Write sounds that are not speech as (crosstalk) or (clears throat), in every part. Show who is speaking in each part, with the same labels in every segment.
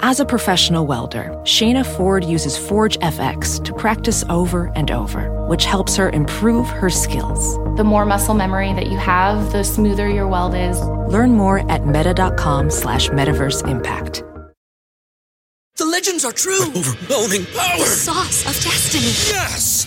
Speaker 1: As a professional welder, Shayna Ford uses Forge FX to practice over and over, which helps her improve her skills.
Speaker 2: The more muscle memory that you have, the smoother your weld is.
Speaker 1: Learn more at meta.com slash metaverse impact.
Speaker 3: The legends are true.
Speaker 4: Overwhelming power!
Speaker 3: Sauce of destiny.
Speaker 4: Yes!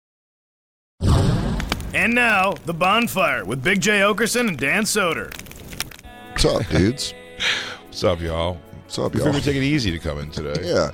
Speaker 5: And now, The Bonfire with Big J. Okerson and Dan Soder.
Speaker 6: What's up, dudes?
Speaker 7: What's up, y'all?
Speaker 6: What's up,
Speaker 7: We
Speaker 6: y'all?
Speaker 7: figured we'd take it easy to come in today.
Speaker 6: Yeah,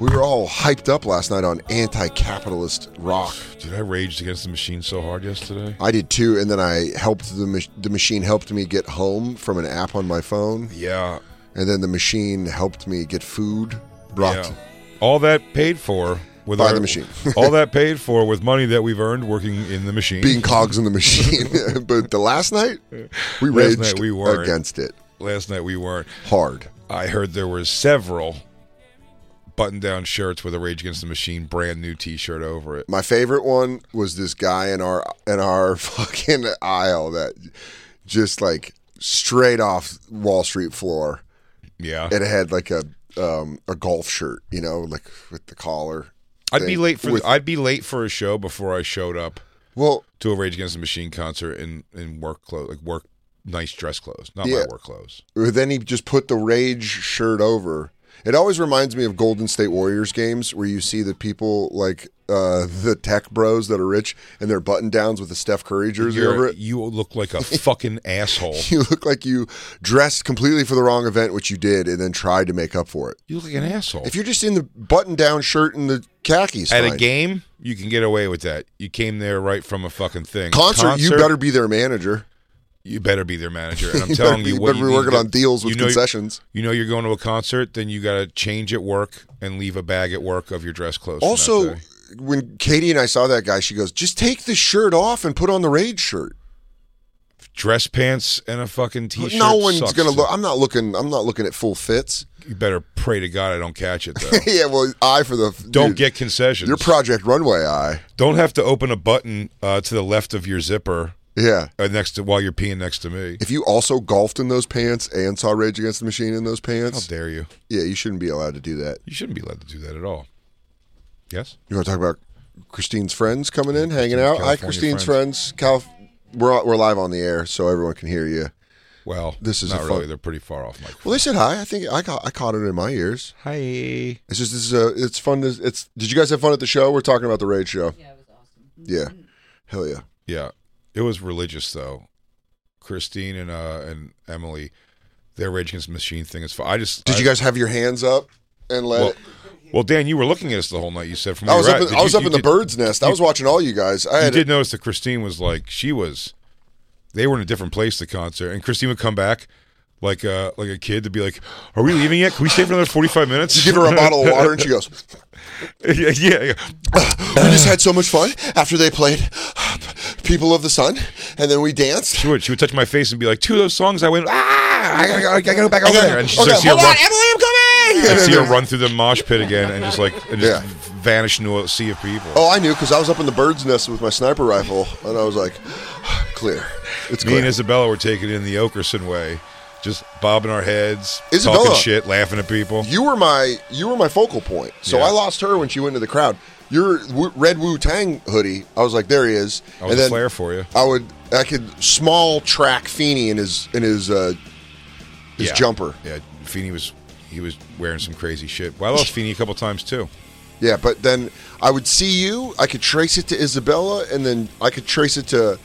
Speaker 6: we were all hyped up last night on anti-capitalist rock.
Speaker 7: Dude, I raged against the machine so hard yesterday.
Speaker 6: I did too, and then I helped the mach- the machine helped me get home from an app on my phone,
Speaker 7: Yeah.
Speaker 6: and then the machine helped me get food brought.
Speaker 7: yeah. All that paid for with
Speaker 6: By
Speaker 7: our-
Speaker 6: the machine.
Speaker 7: (laughs) all
Speaker 6: (laughs)
Speaker 7: that paid for with money that we've earned working in the machine.
Speaker 6: Being cogs in the
Speaker 7: (laughs)
Speaker 6: machine, (laughs) but the last night we raged
Speaker 7: Last night we weren't.
Speaker 6: against it
Speaker 7: Last night we weren't.
Speaker 6: hard.
Speaker 7: I heard there were several button-down shirts with a Rage Against the Machine brand new T-shirt over it.
Speaker 6: My favorite one was this guy in our in our (laughs) fucking aisle that just like straight off Wall Street floor.
Speaker 7: Yeah,
Speaker 6: it had like a um, a golf shirt, you know, like with the collar.
Speaker 7: I'd be
Speaker 6: thing.
Speaker 7: late for
Speaker 6: With-
Speaker 7: I'd be late for a show before I showed up
Speaker 6: Well,
Speaker 7: to a Rage Against the Machine concert in in work clothes, like work nice dress clothes, not
Speaker 6: Yeah.
Speaker 7: my work clothes.
Speaker 6: then he just put the rage shirt over. It always reminds me of Golden State Warriors games where you see the people like uh, the tech bros that are rich and their button downs with the Steph Curry jersey
Speaker 7: You're-
Speaker 6: over it.
Speaker 7: You look like a fucking asshole.
Speaker 6: (laughs) You look like you dressed completely for the wrong event, which you did, and then tried to make up for it.
Speaker 7: (laughs) You look like an asshole.
Speaker 6: If you're just in the button down shirt and the khakis
Speaker 7: at a
Speaker 6: fine.
Speaker 7: game, you can get away with that. You came there right from a fucking thing.
Speaker 6: concert, you better be their manager.
Speaker 7: you better be their manager.
Speaker 6: (laughs)
Speaker 7: And I'm
Speaker 6: You
Speaker 7: telling
Speaker 6: better be-
Speaker 7: you,
Speaker 6: you
Speaker 7: what
Speaker 6: better be
Speaker 7: need
Speaker 6: working
Speaker 7: to-
Speaker 6: on deals with
Speaker 7: you know-
Speaker 6: concessions.
Speaker 7: You know, you're going to a concert, then you got to change at work and leave a bag at work of your dress clothes. from that
Speaker 6: Also,
Speaker 7: day.
Speaker 6: when Katie and I saw that guy, she goes, "Just take the shirt off and put on the rage shirt.
Speaker 7: dress pants and a fucking t-shirt.
Speaker 6: no one's
Speaker 7: sucks,
Speaker 6: gonna
Speaker 7: dude.
Speaker 6: look. I'm not looking. I'm not looking at full fits. (laughs)
Speaker 7: You better pray to God I don't catch it though.
Speaker 6: yeah, well, eye for the
Speaker 7: don't
Speaker 6: dude,
Speaker 7: get concessions.
Speaker 6: your Project Runway eye.
Speaker 7: don't have to open a button uh, to the left of your zipper
Speaker 6: Yeah.
Speaker 7: uh, next to while you're peeing next to me.
Speaker 6: If you also golfed in those pants and saw Rage Against the Machine in those
Speaker 7: How
Speaker 6: pants,
Speaker 7: dare you?
Speaker 6: yeah, you shouldn't be allowed to do that.
Speaker 7: You shouldn't be allowed to do that at all. Yes.
Speaker 6: You want to talk about Christine's friends coming in, hanging out? Hi,
Speaker 7: California
Speaker 6: Christine's friends. Cal, we're we're live on the air, so everyone can hear you.
Speaker 7: Well,
Speaker 6: This is
Speaker 7: not
Speaker 6: a fun-
Speaker 7: really. They're pretty far off, Mike.
Speaker 6: Well, they said hi. I think I caught I caught it in my ears.
Speaker 7: Hi.
Speaker 6: It's just this is a, it's fun to it's did you guys have fun at the show? We're talking about the raid show. Yeah, it was awesome. Mm-hmm. Yeah. Hell yeah.
Speaker 7: Yeah, it was religious though. Christine and uh and Emily, their Rage Against the Machine thing is. fu- I just
Speaker 6: Did
Speaker 7: I-
Speaker 6: you guys have your hands up and let
Speaker 7: Well,
Speaker 6: it
Speaker 7: well, Dan, you were looking at us the whole night. You said from
Speaker 6: I
Speaker 7: where
Speaker 6: was
Speaker 7: you were
Speaker 6: up
Speaker 7: at.
Speaker 6: in,
Speaker 7: Did
Speaker 6: I was
Speaker 7: you-
Speaker 6: up
Speaker 7: you
Speaker 6: in the
Speaker 7: did-
Speaker 6: bird's nest. I was watching all you guys. I
Speaker 7: You
Speaker 6: had
Speaker 7: did notice that Christine was like she was. They were in a different place the concert, and Christine would come back. Like a like a kid to be like, are we leaving yet? Can we stay for another forty five minutes?
Speaker 6: you give her a bottle of water and she goes,
Speaker 7: (laughs) yeah, yeah, yeah.
Speaker 6: "We
Speaker 7: (laughs)
Speaker 6: just had so much fun after they played People of the Sun and then we danced."
Speaker 7: She would she would touch my face and be like, two of those songs I went, ah, I gotta, go- I gotta go back over
Speaker 6: Okay,
Speaker 7: there. And she's
Speaker 6: okay,
Speaker 7: like, see her
Speaker 6: hold on,
Speaker 7: run-
Speaker 6: Emily, I'm coming.
Speaker 7: I
Speaker 6: And
Speaker 7: see her
Speaker 6: then-
Speaker 7: run through the mosh pit again and just like and just
Speaker 6: Yeah.
Speaker 7: vanish into a sea of people.
Speaker 6: Oh, I knew cuz I was up in the bird's nest with my sniper rifle and I was like, "Clear. It's
Speaker 7: Me
Speaker 6: clear."
Speaker 7: and Isabella were taking it in the Okerson way, just bobbing our heads,
Speaker 6: Isabella.
Speaker 7: talking shit, laughing at people.
Speaker 6: you were my you were my focal point. So
Speaker 7: Yeah.
Speaker 6: I lost her when she went to the crowd. Your w- red Wu Tang hoodie, I was like, there he is.
Speaker 7: I was a flare for you.
Speaker 6: I would I could small track Feeney in his in his uh, his
Speaker 7: Yeah.
Speaker 6: jumper.
Speaker 7: Yeah, Feeney was he was wearing some crazy shit. Well, I lost Feeney a couple times too.
Speaker 6: Yeah, but then I would see you. I could trace it to Isabella, and then I could trace it to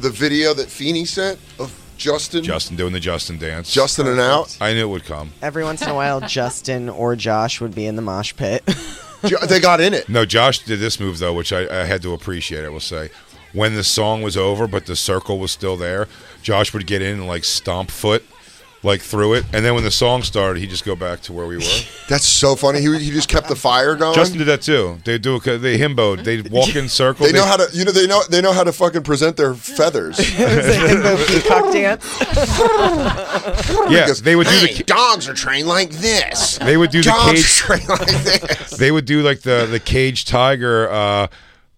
Speaker 6: the video that Feeney sent of Justin,
Speaker 7: Justin doing the Justin dance.
Speaker 6: Justin and out.
Speaker 7: I knew it would come.
Speaker 8: Every once in a while, Justin or Josh would be in the mosh pit. (laughs)
Speaker 6: Ju- they got in it.
Speaker 7: No, Josh did this move though, which I, I had to appreciate. I will say, when the song was over, but the circle was still there, Josh would get in and like stomp foot, like through it, and then when the song started, he just go back to where we were.
Speaker 6: (laughs) That's so funny. He, he just kept the fire going.
Speaker 7: Justin did that too. They do a, they himbo. They walk in circles.
Speaker 6: they know how to you know they know they know how to fucking present their feathers.
Speaker 8: It was a himbo peacock dance.
Speaker 7: Yeah, they would do the
Speaker 6: Hey,
Speaker 7: ca-
Speaker 6: dogs are trained like this.
Speaker 7: They would do the
Speaker 6: dogs
Speaker 7: cage-
Speaker 6: (laughs) are trained like this.
Speaker 7: they would do like the the cage tiger uh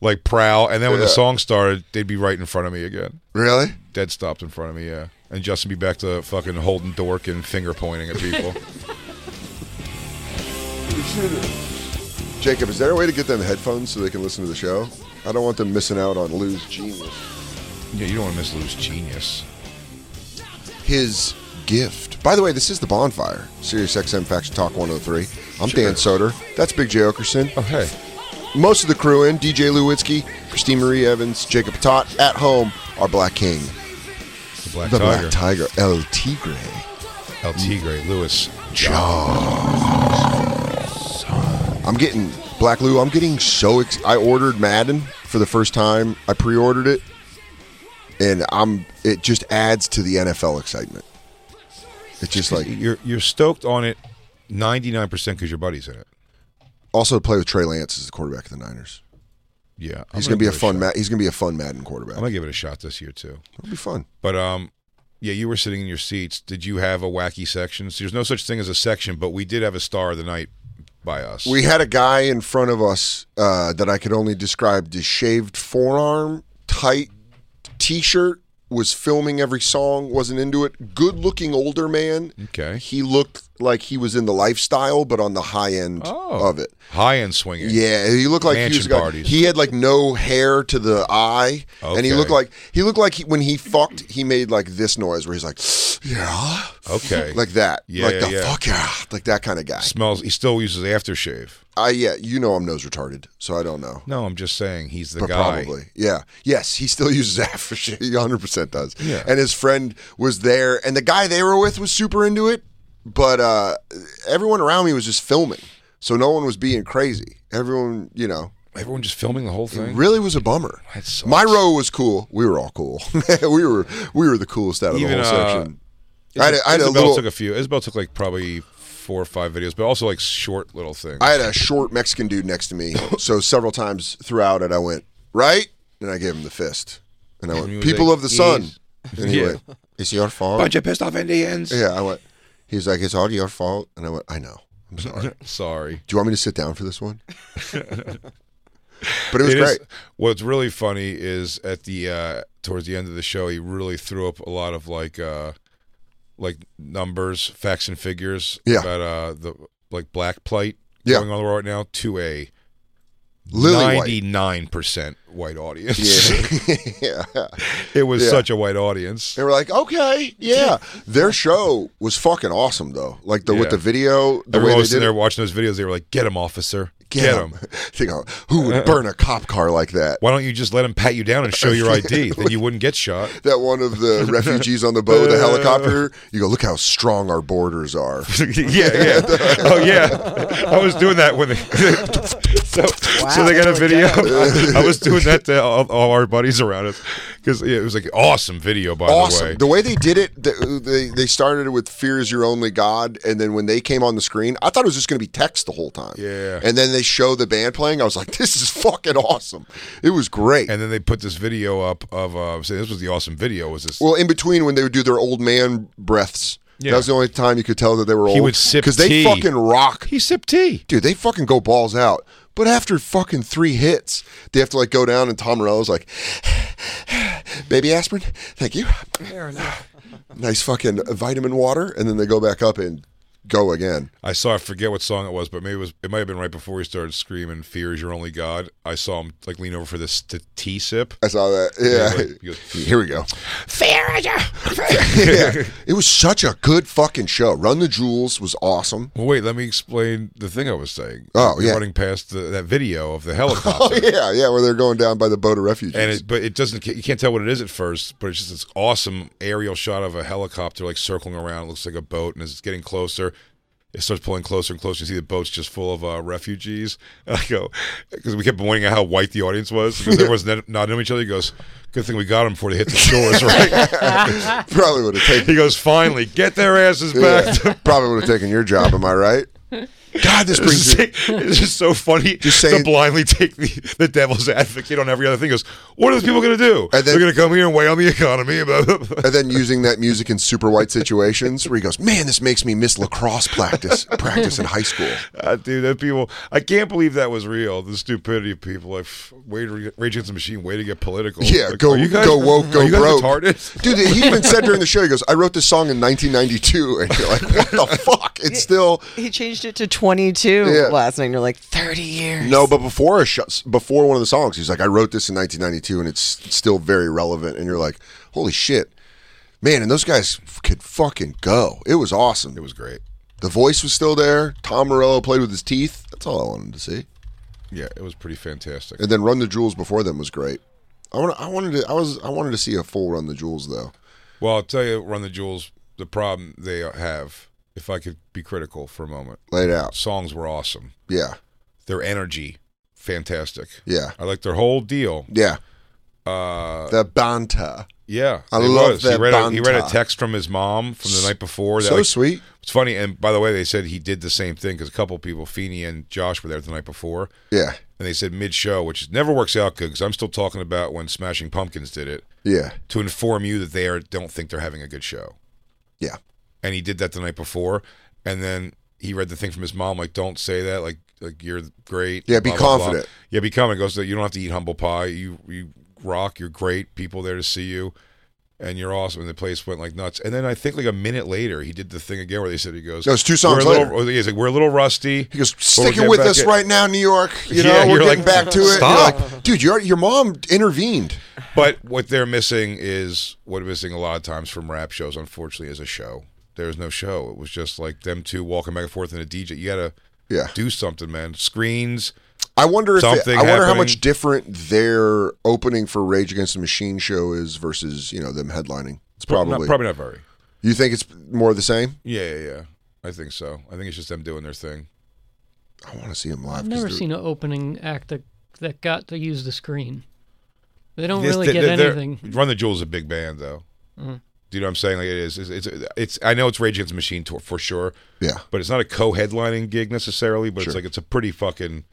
Speaker 7: like prowl and then when the
Speaker 6: Yeah.
Speaker 7: song started they'd be right in front of me again
Speaker 6: really?
Speaker 7: dead stopped in front of me yeah and justin be back to fucking holding dork and finger pointing at people
Speaker 6: Jacob, is there a way to get them headphones so they can listen to the show? I don't want them missing out on Lou's genius.
Speaker 7: yeah you don't want to miss lou's genius
Speaker 6: His gift. By the way, this is the bonfire. Sirius XM Faction Talk 103. I'm Dan Soder. That's Big J Okerson.
Speaker 7: oh hey
Speaker 6: Most of the crew in DJ Lewitsky, Christine Marie Evans, Jacob Tot. At home, our Black King,
Speaker 7: the black
Speaker 6: the
Speaker 7: tiger
Speaker 6: Black Tiger, El Tigre.
Speaker 7: el tigre lewis
Speaker 6: I'm getting Black Lou. I'm getting so. Ex- I ordered Madden for the first time. I pre-ordered it, and I'm. It just adds to the NFL excitement. It's just like
Speaker 7: you're you're stoked on it 99% because your buddy's in it
Speaker 6: also to play with Trey Lance as the quarterback of the Niners.
Speaker 7: yeah I'm
Speaker 6: He's gonna, be a
Speaker 7: give it
Speaker 6: fun.
Speaker 7: shot.
Speaker 6: Ma- he's gonna be a fun Madden
Speaker 7: i'm
Speaker 6: quarterback.
Speaker 7: gonna give it a shot this year too
Speaker 6: It'll be fun.
Speaker 7: But um, yeah, you were sitting in your seats. Did you have a wacky section? So there's no such thing as a section, but we did have a star of the night by us.
Speaker 6: We had a guy in front of us uh, that I could only describe as shaved forearm, tight t-shirt. Was filming every song, wasn't into it. Good looking older man.
Speaker 7: Okay.
Speaker 6: He looked like he was in the lifestyle, but on the high end
Speaker 7: Oh.
Speaker 6: of it.
Speaker 7: high end swinging.
Speaker 6: Yeah, he looked like he was
Speaker 7: Mansion
Speaker 6: a guy-
Speaker 7: parties.
Speaker 6: He had like no hair to the eye, and he
Speaker 7: Okay.
Speaker 6: looked like he looked like he, when he fucked, he made like this noise where he's like, (gasps) yeah,
Speaker 7: (laughs) Okay.
Speaker 6: like that,
Speaker 7: Yeah,
Speaker 6: like the
Speaker 7: yeah.
Speaker 6: fuck yeah, like that kind of guy.
Speaker 7: smells. He still uses aftershave.
Speaker 6: I yeah, you know I'm nose retarded, so I don't know.
Speaker 7: No, I'm just saying he's the
Speaker 6: But
Speaker 7: guy.
Speaker 6: probably, yeah, yes, he still (laughs) uses aftershave. He 100 percent does.
Speaker 7: Yeah.
Speaker 6: and his friend was there, and the guy they were with was super into it, but uh, everyone around me was just filming, so no one was being crazy. Everyone, you know,
Speaker 7: Everyone just filming the whole
Speaker 6: It
Speaker 7: thing.
Speaker 6: really was a bummer.
Speaker 7: That sucks.
Speaker 6: My row was cool. We were all cool. (laughs) we were we were the coolest out of
Speaker 7: Even,
Speaker 6: the whole
Speaker 7: uh,
Speaker 6: section. I had, a- I had a
Speaker 7: Isabel
Speaker 6: little.
Speaker 7: took a few. Isabel took like probably four or five videos, but also like short little things.
Speaker 6: I had a short Mexican dude next to
Speaker 7: (coughs)
Speaker 6: me, so several times throughout it, I went right, and I gave him the fist, and I
Speaker 7: And he
Speaker 6: went,
Speaker 7: was
Speaker 6: "People
Speaker 7: like,
Speaker 6: of the sun."
Speaker 7: "Yes."
Speaker 6: And he
Speaker 7: Yeah.
Speaker 6: went, "It's your fault."
Speaker 7: bunch of pissed off Indians.
Speaker 6: yeah, I went. He's like, "It's all your fault," and I went, "I know. I'm
Speaker 7: (laughs)
Speaker 6: sorry.
Speaker 7: Sorry.
Speaker 6: Do you want me to sit down for this
Speaker 7: (laughs)
Speaker 6: one?" but it was
Speaker 7: It is-
Speaker 6: great.
Speaker 7: what's really funny is at the uh towards the end of the show, he really threw up a lot of like uh like numbers, facts and figures
Speaker 6: Yeah.
Speaker 7: about uh the like black plight
Speaker 6: Yeah.
Speaker 7: going on right now to a
Speaker 6: Lily
Speaker 7: ninety nine percent white audience.
Speaker 6: White.
Speaker 7: (laughs)
Speaker 6: yeah. (laughs)
Speaker 7: it was
Speaker 6: Yeah.
Speaker 7: such a white audience.
Speaker 6: They were like, okay, yeah. Their show was fucking awesome though. Like the with
Speaker 7: Yeah.
Speaker 6: the video, the
Speaker 7: Everyone
Speaker 6: way
Speaker 7: was
Speaker 6: they
Speaker 7: sitting
Speaker 6: did
Speaker 7: there
Speaker 6: it.
Speaker 7: watching those videos, they were like, Get him, officer. Get,
Speaker 6: (laughs)
Speaker 7: him.
Speaker 6: They go, Who
Speaker 7: (laughs)
Speaker 6: would burn a cop car like that?
Speaker 7: Why don't you just let him pat you down and show your
Speaker 6: (laughs)
Speaker 7: ID? then you wouldn't get shot.
Speaker 6: That one of the
Speaker 7: (laughs)
Speaker 6: refugees on the boat with a helicopter.
Speaker 7: Uh.
Speaker 6: You go, look how strong our borders
Speaker 7: (laughs)
Speaker 6: are.
Speaker 7: yeah, yeah. Oh, yeah. I was doing that when they. (laughs) so, so they got a video. (laughs) I was doing that to all, all our buddies around us because it was like awesome video, by
Speaker 6: awesome.
Speaker 7: the
Speaker 6: The
Speaker 7: way.
Speaker 6: way they did it, the, they they started it with "Fear is your only god," and then when they came on the screen, I thought it was just going to be text the whole time.
Speaker 7: Yeah.
Speaker 6: And then they show the band playing. I was like, this is fucking awesome. It was great.
Speaker 7: And then they put this video up of uh, saying this was the awesome video. Was this?
Speaker 6: Well, in between when they would do their old man breaths,
Speaker 7: Yeah.
Speaker 6: that was the only time you could tell that they were old.
Speaker 7: He would sip
Speaker 6: because they
Speaker 7: tea.
Speaker 6: fucking rock,
Speaker 7: he sipped tea.
Speaker 6: dude. They fucking go balls out. But after fucking three hits, they have to like go down, and Tom Morello's like, (sighs) "Baby aspirin, thank you. (laughs) nice fucking vitamin water." And then they go back up and go again.
Speaker 7: I saw. I forget what song it was, but maybe it was. It might have been right before he started screaming, "Fear is your only god." I saw him like lean over for this t- tea sip.
Speaker 6: I saw that.
Speaker 7: Yeah,
Speaker 6: Yeah.
Speaker 7: he
Speaker 6: (laughs)
Speaker 7: goes,
Speaker 6: Here we go.
Speaker 7: Fear is
Speaker 6: (laughs)
Speaker 7: your.
Speaker 6: yeah. It was such a good fucking show. Run the Jewels was
Speaker 7: (laughs)
Speaker 6: awesome.
Speaker 7: Well, wait, let me explain the thing I was saying.
Speaker 6: Oh,
Speaker 7: You're
Speaker 6: yeah.
Speaker 7: running past the, that video
Speaker 6: (laughs)
Speaker 7: of the helicopter,
Speaker 6: Oh yeah, yeah, where they're going down by the boat of refugees.
Speaker 7: and it, but it doesn't. You can't tell what it is at first, but it's just this awesome aerial shot of a helicopter like circling around. It looks like a boat, and as it's getting closer, It starts pulling closer and closer. You see the boat's just full of uh, refugees. (laughs) And I go, because we kept pointing out how white the audience
Speaker 6: (laughs)
Speaker 7: was because everyone's nod- nodding at each other. He goes, "Good thing we got them before they hit the shores,
Speaker 6: (laughs)
Speaker 7: (laughs) right?"
Speaker 6: Probably
Speaker 7: (laughs)
Speaker 6: would have
Speaker 7: he
Speaker 6: taken.
Speaker 7: goes, "Finally, get their asses back."
Speaker 6: (laughs) Yeah.
Speaker 7: to
Speaker 6: probably would have taken your job. Am I right? God, this brings. me-
Speaker 7: it's just- it's just so funny
Speaker 6: Just
Speaker 7: to
Speaker 6: saying-
Speaker 7: blindly take the, the devil's advocate on every other thing. Goes, what are those people going to do?
Speaker 6: And then-
Speaker 7: They're going to come here and weigh on the economy. Blah, blah, blah.
Speaker 6: And then using that music in super white situations, where he goes, "Man, this makes me miss lacrosse practice practice in high school."
Speaker 7: Ah, dude, that people, I can't believe that was real. The stupidity of people, like pff, way to, Rage Against the Machine, way to get political.
Speaker 6: Yeah,
Speaker 7: Like,
Speaker 6: go
Speaker 7: are you guys,
Speaker 6: go woke, go
Speaker 7: are you guys
Speaker 6: broke.
Speaker 7: retarded?
Speaker 6: Dude, he even said during the show, he goes, "I wrote this song in 1992," and you're like, "What the fuck?" It's still
Speaker 8: He changed it to 22
Speaker 6: Yeah.
Speaker 8: last night. And you're like 30 years.
Speaker 6: no, but before a sh- before one of the songs, he's like, "I wrote this in 1992," and it's still very relevant. And you're like, "Holy shit, man!" And those guys f- could fucking go. It was awesome.
Speaker 7: It was great.
Speaker 6: The voice was still there. Tom Morello played with his teeth. That's all I wanted to see.
Speaker 7: Yeah, it was pretty fantastic.
Speaker 6: And then Run the Jewels before them was great. I want I wanted to I was I wanted to see a full Run the Jewels though.
Speaker 7: Well, I'll tell you, Run the Jewels, the problem they have, if I could be critical for a moment,
Speaker 6: Laid out.
Speaker 7: songs were awesome.
Speaker 6: Yeah.
Speaker 7: Their energy, fantastic.
Speaker 6: Yeah.
Speaker 7: I like their whole deal.
Speaker 6: Yeah.
Speaker 7: Uh,
Speaker 6: The Banta.
Speaker 7: yeah,
Speaker 6: I
Speaker 7: they
Speaker 6: love
Speaker 7: was. He
Speaker 6: that
Speaker 7: read, a, he read a
Speaker 6: banter.
Speaker 7: text from his mom from the night before. That,
Speaker 6: so
Speaker 7: like-
Speaker 6: sweet.
Speaker 7: It's funny, and by the way, they said he did the same thing because a couple people, Feeney and Josh, were there the night before,
Speaker 6: Yeah.
Speaker 7: and they said mid-show, which never works out good because I'm still talking about when Smashing Pumpkins did it
Speaker 6: Yeah.
Speaker 7: to inform you that they are, don't think they're having a good show,
Speaker 6: Yeah.
Speaker 7: and he did that the night before, and then he read the thing from his mom like, "Don't say that, like, like you're great."
Speaker 6: Yeah, be
Speaker 7: blah, blah, blah."
Speaker 6: confident.
Speaker 7: Yeah, be confident. Goes, you don't have to eat humble pie. You you rock. You're great. People there to see you, and you're awesome. And the place went like nuts. And then I think like a minute later, he did the thing again where they said he goes.
Speaker 6: No, it's two songs
Speaker 7: we're a
Speaker 6: later."
Speaker 7: Little, he's like, we're a little rusty.
Speaker 6: He goes,
Speaker 7: but we're
Speaker 6: stick it
Speaker 7: getting
Speaker 6: with
Speaker 7: back
Speaker 6: us
Speaker 7: in."
Speaker 6: right now, New York. You know,
Speaker 7: Yeah,
Speaker 6: we're
Speaker 7: you're
Speaker 6: getting
Speaker 7: like,
Speaker 6: back to it.
Speaker 7: "Stop."
Speaker 6: You're like, dude, your your mom intervened.
Speaker 7: But what they're missing is what they're missing a lot of times from rap shows, unfortunately, is a show. There was no show. It was just like them two walking back and forth in a DJ. You gotta
Speaker 6: Yeah.
Speaker 7: do something, man. Screens.
Speaker 6: I wonder if it-
Speaker 7: Something
Speaker 6: I wonder how
Speaker 7: happening.
Speaker 6: much different their opening for Rage Against the Machine show is versus, you know, them headlining. It's probably,
Speaker 7: not, probably not very.
Speaker 6: You think it's more the same?
Speaker 7: Yeah, yeah, yeah. I think so. I think it's just them doing their thing.
Speaker 6: I want to see him live.
Speaker 9: I've
Speaker 6: 'cause
Speaker 9: never
Speaker 6: they're-
Speaker 9: seen an opening act that, that got to use the screen. They don't
Speaker 7: Yes,
Speaker 9: really
Speaker 7: they-
Speaker 9: get
Speaker 7: they're- they're-
Speaker 9: anything. Mm-hmm.
Speaker 7: Run the Jewels is a big band, though. Do you know what I'm saying? Like it is. It's. It's. it's I know it's Rage Against the Machine tour for sure,
Speaker 6: Yeah.
Speaker 7: but it's not a co-headlining gig necessarily. But it's like it's a pretty fucking.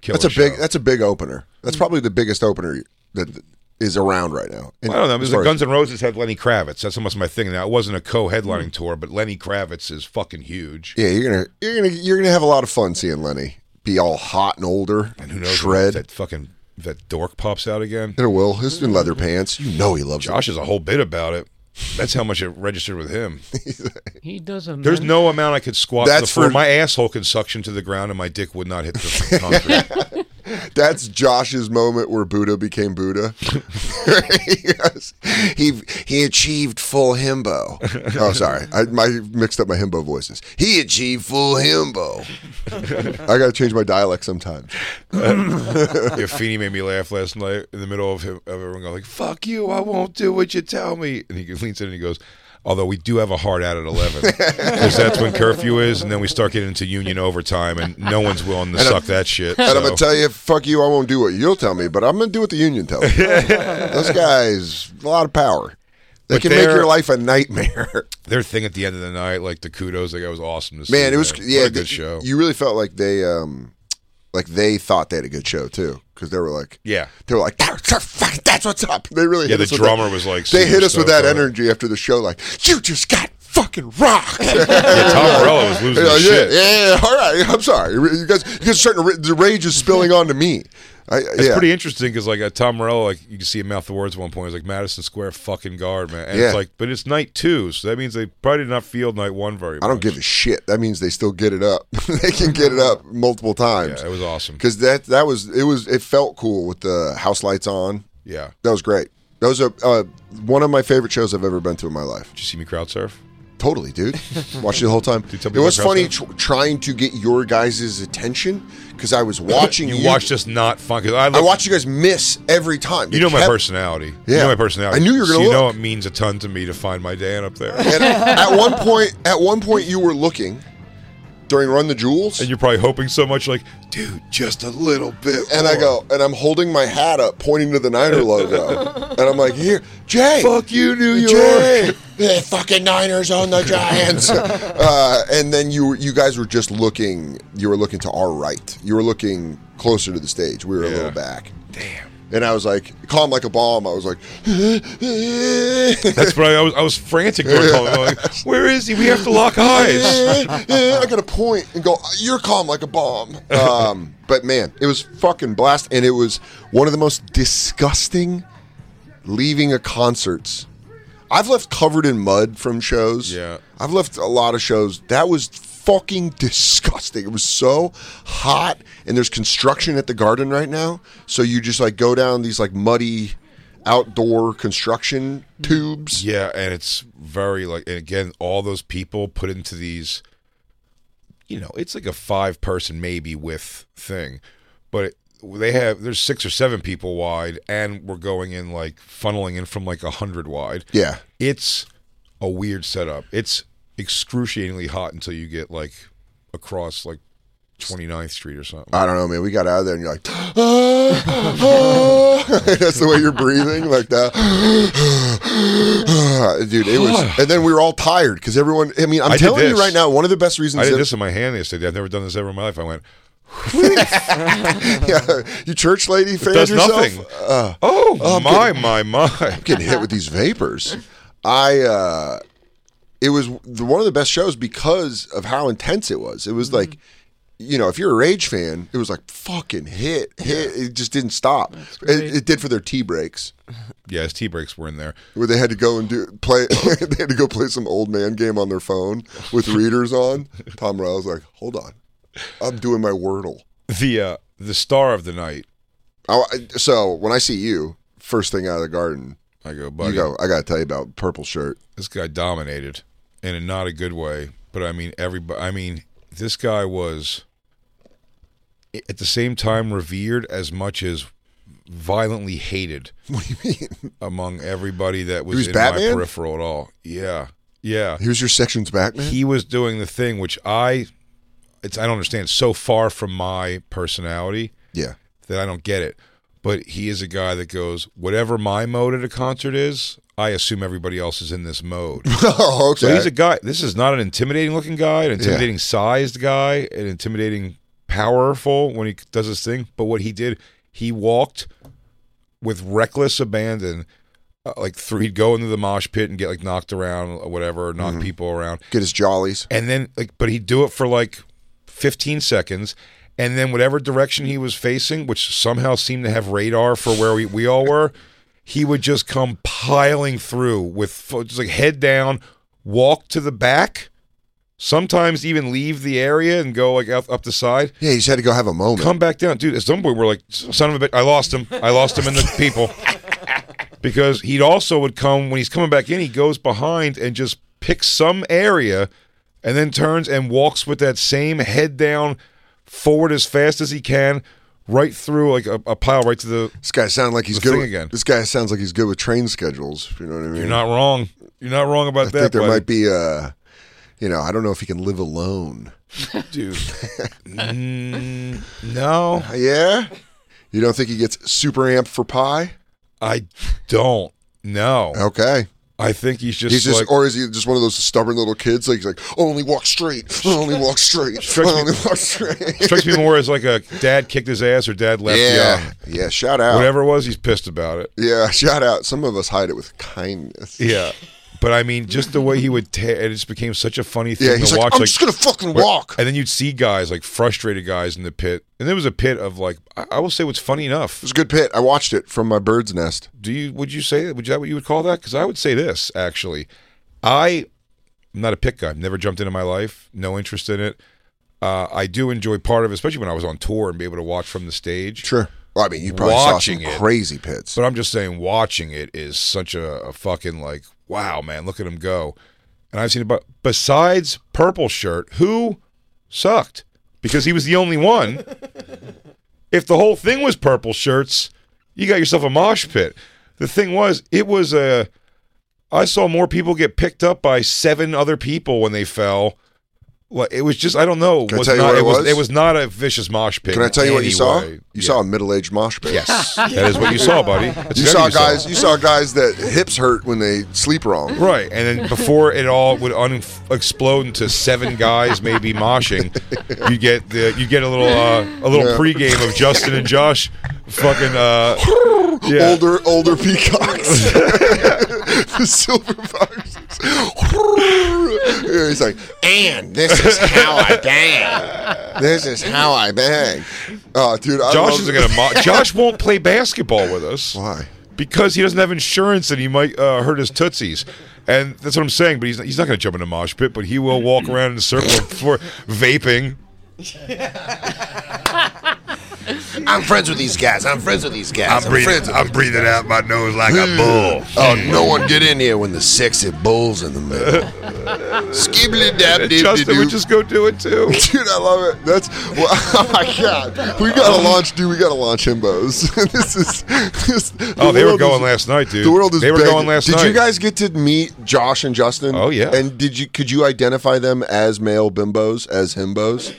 Speaker 7: Killer
Speaker 6: That's a big
Speaker 7: show.
Speaker 6: that's a big opener. That's probably the biggest opener that is around right now. And
Speaker 7: I don't know. It
Speaker 6: as
Speaker 7: was
Speaker 6: far
Speaker 7: like
Speaker 6: as-
Speaker 7: Guns N' Roses had Lenny Kravitz. That's almost my thing. Now it wasn't a
Speaker 6: Mm-hmm.
Speaker 7: co-headlining tour, but Lenny Kravitz is fucking huge.
Speaker 6: Yeah, you're gonna you're gonna you're gonna have a lot of fun seeing Lenny be all hot and older
Speaker 7: And who knows?
Speaker 6: shred.
Speaker 7: if that fucking if that dork pops out again.
Speaker 6: It will. He's in leather pants. You know he loves
Speaker 7: Josh is a whole bit about it. That's how much it registered with him. (laughs)
Speaker 9: He doesn't.
Speaker 7: There's no amount I could squat to the
Speaker 6: That's
Speaker 7: floor.
Speaker 6: for-
Speaker 7: my asshole could suction to the ground and my dick would not
Speaker 6: (laughs)
Speaker 7: hit the concrete.
Speaker 6: it. That's Josh's moment where Buddha became
Speaker 7: (laughs)
Speaker 6: Buddha. he, goes, he he achieved full himbo. Oh, sorry, I my mixed up my himbo voices. He achieved full himbo. I gotta change my dialect sometimes.
Speaker 7: yeah, Feeney made me laugh last night in the middle of him of everyone going like, "Fuck you! I won't do what you tell me." And he leans in and he goes. Although we do have a hard out at eleven, because that's when curfew is, and then we start getting into union overtime, and no one's willing to suck that shit.
Speaker 6: And I'm
Speaker 7: so-
Speaker 6: gonna tell you, fuck you, I won't do what you'll tell me, but I'm gonna do what the union tells
Speaker 7: (laughs)
Speaker 6: me. Those guys, a lot of power. They
Speaker 7: But
Speaker 6: can make
Speaker 7: they're-
Speaker 6: your life a nightmare. (laughs)
Speaker 7: their thing at the end of the night, like the kudos, like that was awesome. To see,
Speaker 6: Man, it was
Speaker 7: What
Speaker 6: yeah,
Speaker 7: a
Speaker 6: the-
Speaker 7: good show.
Speaker 6: You really felt like they um like they thought they had a good show too. Because they were like
Speaker 7: yeah,
Speaker 6: they were like that's, a fuck- that's what's up. They really hit
Speaker 7: Yeah, the
Speaker 6: us with
Speaker 7: drummer
Speaker 6: that-
Speaker 7: was, like,
Speaker 6: They hit
Speaker 7: super
Speaker 6: us with that
Speaker 7: stoked on it.
Speaker 6: energy after the show, like, you just got fucking
Speaker 7: (laughs)
Speaker 6: rocked. (laughs)
Speaker 7: yeah Tom Morello was losing
Speaker 6: Yeah,
Speaker 7: his
Speaker 6: yeah,
Speaker 7: shit.
Speaker 6: yeah, all right. I'm sorry. You guys you guys are starting to ra- the rage is spilling onto me. I,
Speaker 7: It's
Speaker 6: yeah.
Speaker 7: pretty interesting because like uh, Tom Morello, like you can see him mouth the words at one point. It's like Madison Square fucking guard, man. And
Speaker 6: Yeah.
Speaker 7: it's like, but it's night two, so that means they probably did not field night one very. much.
Speaker 6: I don't give a shit. That means they still get it up. (laughs) they can get it up multiple times.
Speaker 7: Mm-hmm. Yeah, it was awesome.
Speaker 6: Because that that was it was it felt cool with the house lights on.
Speaker 7: Yeah,
Speaker 6: That was great. That was a uh, one of my favorite shows I've ever been to in my life.
Speaker 7: did you see me crowd surf?
Speaker 6: Totally,
Speaker 7: (laughs)
Speaker 6: dude. Watched it the whole time.
Speaker 7: you tell
Speaker 6: It
Speaker 7: me
Speaker 6: was
Speaker 7: about
Speaker 6: funny
Speaker 7: Crowd
Speaker 6: tr- trying to get your guys' attention because
Speaker 7: (laughs)
Speaker 6: I was watching
Speaker 7: You,
Speaker 6: you.
Speaker 7: watched us not fun. 'cause I,
Speaker 6: I
Speaker 7: look-
Speaker 6: watched you guys miss every time.
Speaker 7: You
Speaker 6: It
Speaker 7: know my
Speaker 6: kept-
Speaker 7: personality.
Speaker 6: Yeah.
Speaker 7: You know my personality.
Speaker 6: I knew you were
Speaker 7: So
Speaker 6: gonna
Speaker 7: You know
Speaker 6: look.
Speaker 7: it (laughs) means a ton to me to find my Dan up there.
Speaker 6: And at one point, at one point, you were looking, during Run the Jewels.
Speaker 7: And you're probably hoping so much, like, dude, just a little bit.
Speaker 6: and I
Speaker 7: more.
Speaker 6: go, and I'm holding my hat up, pointing to the Niner
Speaker 7: (laughs)
Speaker 6: logo, and I'm like, "Here, Jay,
Speaker 7: Fuck you, New York.
Speaker 6: Jay, (laughs) the fucking Niners on the
Speaker 7: (laughs)
Speaker 6: Giants." uh, and then you you guys were just looking, you were looking to our right, you were looking closer to the stage. We were a
Speaker 7: Yeah.
Speaker 6: little back,
Speaker 7: Damn.
Speaker 6: and I was like, calm like a bomb. I was
Speaker 7: (laughs)
Speaker 6: like, (laughs)
Speaker 7: That's what I, I was. I was
Speaker 6: (laughs)
Speaker 7: frantic going home. I'm like, Where is he? We have to lock eyes.
Speaker 6: I got to point and go, you're calm like a bomb. Um, but man, it was fucking blast. And it was one of the most disgusting leaving of concerts. I've left covered in mud from shows.
Speaker 7: Yeah.
Speaker 6: I've left a lot of shows. That was fucking disgusting. It was so hot and there's construction at the garden right now. So you just like go down these like muddy outdoor construction tubes.
Speaker 7: Yeah, and it's very like, and again, all those people put into these. You know, it's like a five person maybe with thing, but it, they have there's six or seven people wide, and we're going in like funneling in from like a hundred wide.
Speaker 6: Yeah.
Speaker 7: It's a weird setup. It's excruciatingly hot until you get like across like 29th Street or something.
Speaker 6: I don't know, man. We got out of there, and you're like, ah, ah. (laughs) that's the way you're breathing, like that, (sighs) dude. It was, and then we were all tired because everyone. I mean, I'm
Speaker 7: I did
Speaker 6: telling you
Speaker 7: this.
Speaker 6: right now, one of the best
Speaker 7: I
Speaker 6: reasons.
Speaker 7: did
Speaker 6: that-
Speaker 7: this in my hand yesterday. I've never done this ever in my life. I went,
Speaker 6: (laughs) yeah, you church lady,
Speaker 7: it
Speaker 6: fanned
Speaker 7: does
Speaker 6: yourself.
Speaker 7: nothing.
Speaker 6: Uh,
Speaker 7: oh,
Speaker 6: I'm
Speaker 7: my, my, my, (laughs)
Speaker 6: getting hit with these vapors. I uh it was the, one of the best shows because of how intense it was. It was like you know, if you're a Rage fan, it was like fucking hit, hit. It just didn't stop. It, it did for their tea breaks
Speaker 7: Yeah, his tea breaks were in there.
Speaker 6: where they had to go and do
Speaker 7: (coughs)
Speaker 6: play. (laughs) they had to go play some old man game on their phone with readers on. Tom Ryle's like, hold on, I'm doing my Wordle.
Speaker 7: The uh, the star of the night.
Speaker 6: I, so when I see you, first thing out of the garden,
Speaker 7: I go, buddy.
Speaker 6: you go. I gotta tell you about purple shirt. (laughs)
Speaker 7: This guy dominated, and in not a good way. But I mean, everybody. I mean, this guy was i- at the same time revered as much as violently hated
Speaker 6: What do you mean?
Speaker 7: among everybody that was,
Speaker 6: was
Speaker 7: in
Speaker 6: Batman?
Speaker 7: my peripheral at all. Yeah, yeah.
Speaker 6: He was your section's back man.
Speaker 7: he was doing the thing which I, it's I don't understand. It's so far from my personality (laughs)
Speaker 6: Yeah. (laughs)
Speaker 7: that I don't get it. But he is a guy that goes whatever my mode at a concert is. I assume everybody else is in this
Speaker 6: (laughs)
Speaker 7: mode.
Speaker 6: oh, okay.
Speaker 7: So he's a guy. This is not an intimidating looking guy, an intimidating sized guy, an intimidating powerful when he does his thing. But what he did, he walked with reckless abandon. Uh, like three, he'd go into the mosh pit and get like knocked around or whatever, knock people around.
Speaker 6: Get his jollies.
Speaker 7: and then like but he'd do it for like 15 seconds and then whatever direction he was facing which somehow seemed to have radar for where we, we all were he would just come piling through with fo- just like head down walk to the back sometimes even leave the area and go like up, up the side
Speaker 6: Yeah, he just had to go have a moment.
Speaker 7: come back down dude at some point we're like son of a bitch i lost him i lost him
Speaker 6: (laughs)
Speaker 7: in the people because he'd also would come when he's coming back in he goes behind and just picks some area and then turns and walks with that same head down forward as fast as he can right through like a, a pile right to the
Speaker 6: this guy sounds like he's
Speaker 7: The
Speaker 6: good.
Speaker 7: thing
Speaker 6: With,
Speaker 7: again.
Speaker 6: This guy sounds like he's good with train schedules. if You know what I mean?
Speaker 7: you're not wrong you're not wrong about
Speaker 6: I
Speaker 7: that
Speaker 6: think there
Speaker 7: buddy.
Speaker 6: might be a. You know, I don't know if he can live alone. (laughs)
Speaker 7: dude Mm, no
Speaker 6: Yeah. You don't think he gets super amped for pie?
Speaker 7: i don't no
Speaker 6: Okay.
Speaker 7: i think he's just
Speaker 6: he's just,
Speaker 7: like
Speaker 6: or is he just one of those stubborn little kids? Like he's like, "I only walk straight. I
Speaker 7: (laughs)
Speaker 6: only walk straight. I
Speaker 7: Strikes me-
Speaker 6: only walk straight.
Speaker 7: (laughs) strikes me more as like a dad kicked his ass or dad left the
Speaker 6: yeah,
Speaker 7: arm.
Speaker 6: yeah. Shout out.
Speaker 7: Whatever it was, he's pissed about it.
Speaker 6: Yeah, shout out. Some of us hide it with kindness.
Speaker 7: Yeah. But I mean, just the way he would, ta- it just became such a funny thing
Speaker 6: Yeah,
Speaker 7: to
Speaker 6: he's like,
Speaker 7: watch.
Speaker 6: I'm just gonna fucking
Speaker 7: where-
Speaker 6: walk.
Speaker 7: and then you'd see guys like frustrated guys in the pit, and there was a pit of like, I, I will say, what's funny enough.
Speaker 6: It was a good pit. I watched it from my bird's nest.
Speaker 7: Do you would you say that? Would you, that what you would call that? Because I would say this actually. I, am not a pit guy. I've never jumped into my life. No interest in it. Uh, I do enjoy part of, it, especially when I was on tour and be able to watch from the stage.
Speaker 6: Sure. Well, I mean, you probably
Speaker 7: Watching
Speaker 6: saw some
Speaker 7: it.
Speaker 6: crazy pits.
Speaker 7: But I'm just saying, watching it is such a, a fucking like, wow, man, look at him go. And I've seen about besides purple shirt, who sucked because he was the
Speaker 6: (laughs)
Speaker 7: only one. if the whole thing was purple shirts, you got yourself a mosh pit. The thing was, it was a. I saw more people get picked up by seven other people when they fell. Like, it was just I don't know.
Speaker 6: Can I
Speaker 7: was
Speaker 6: tell you
Speaker 7: not,
Speaker 6: what it
Speaker 7: was,
Speaker 6: was?
Speaker 7: It was not a vicious mosh pit.
Speaker 6: Can I tell you what you saw? You
Speaker 7: anyway. Yeah.
Speaker 6: saw a middle-aged mosh pit. (laughs)
Speaker 7: Yes, that is what you saw, buddy. That's
Speaker 6: You
Speaker 7: exactly
Speaker 6: saw
Speaker 7: what
Speaker 6: guys. You saw guys that hips hurt when they sleep wrong.
Speaker 7: Right, and then before it all would un- explode into seven guys maybe moshing, you get the you get a little uh, a little
Speaker 6: Yeah.
Speaker 7: pregame of Justin and Josh, fucking uh, yeah.
Speaker 6: Older, older (laughs) peacocks. the silver foxes. (laughs) Yeah, He's like, and this is how I bang. This is how I bang. Oh, dude, I
Speaker 7: Josh
Speaker 6: love- (laughs)
Speaker 7: is gonna mo- Josh won't play basketball with us.
Speaker 6: Why?
Speaker 7: Because he doesn't have insurance and he might uh, hurt his tootsies. And that's what I'm saying. But he's he's not gonna jump in a mosh pit. But he will walk around in a circle (laughs) for vaping.
Speaker 10: I'm friends with these guys. I'm friends with these guys. I'm, friends with
Speaker 7: I'm breathing out my nose like a
Speaker 10: Oh, no one get in here when the sexy bull's in the
Speaker 6: (laughs)
Speaker 10: middle. Skibbly dab dib
Speaker 7: Justin would
Speaker 10: doo.
Speaker 7: just go do it too.
Speaker 6: Dude, I love it. That's well, oh my god. We gotta launch, dude. We gotta launch himbos. this is this, the
Speaker 7: Oh, they were
Speaker 6: world
Speaker 7: going
Speaker 6: is-
Speaker 7: last night, dude.
Speaker 6: The world is
Speaker 7: They were
Speaker 6: big.
Speaker 7: going last
Speaker 6: did
Speaker 7: night.
Speaker 6: you guys get to meet Josh and Justin?
Speaker 7: Oh, yeah.
Speaker 6: And did you could you identify them as male bimbos as himbos?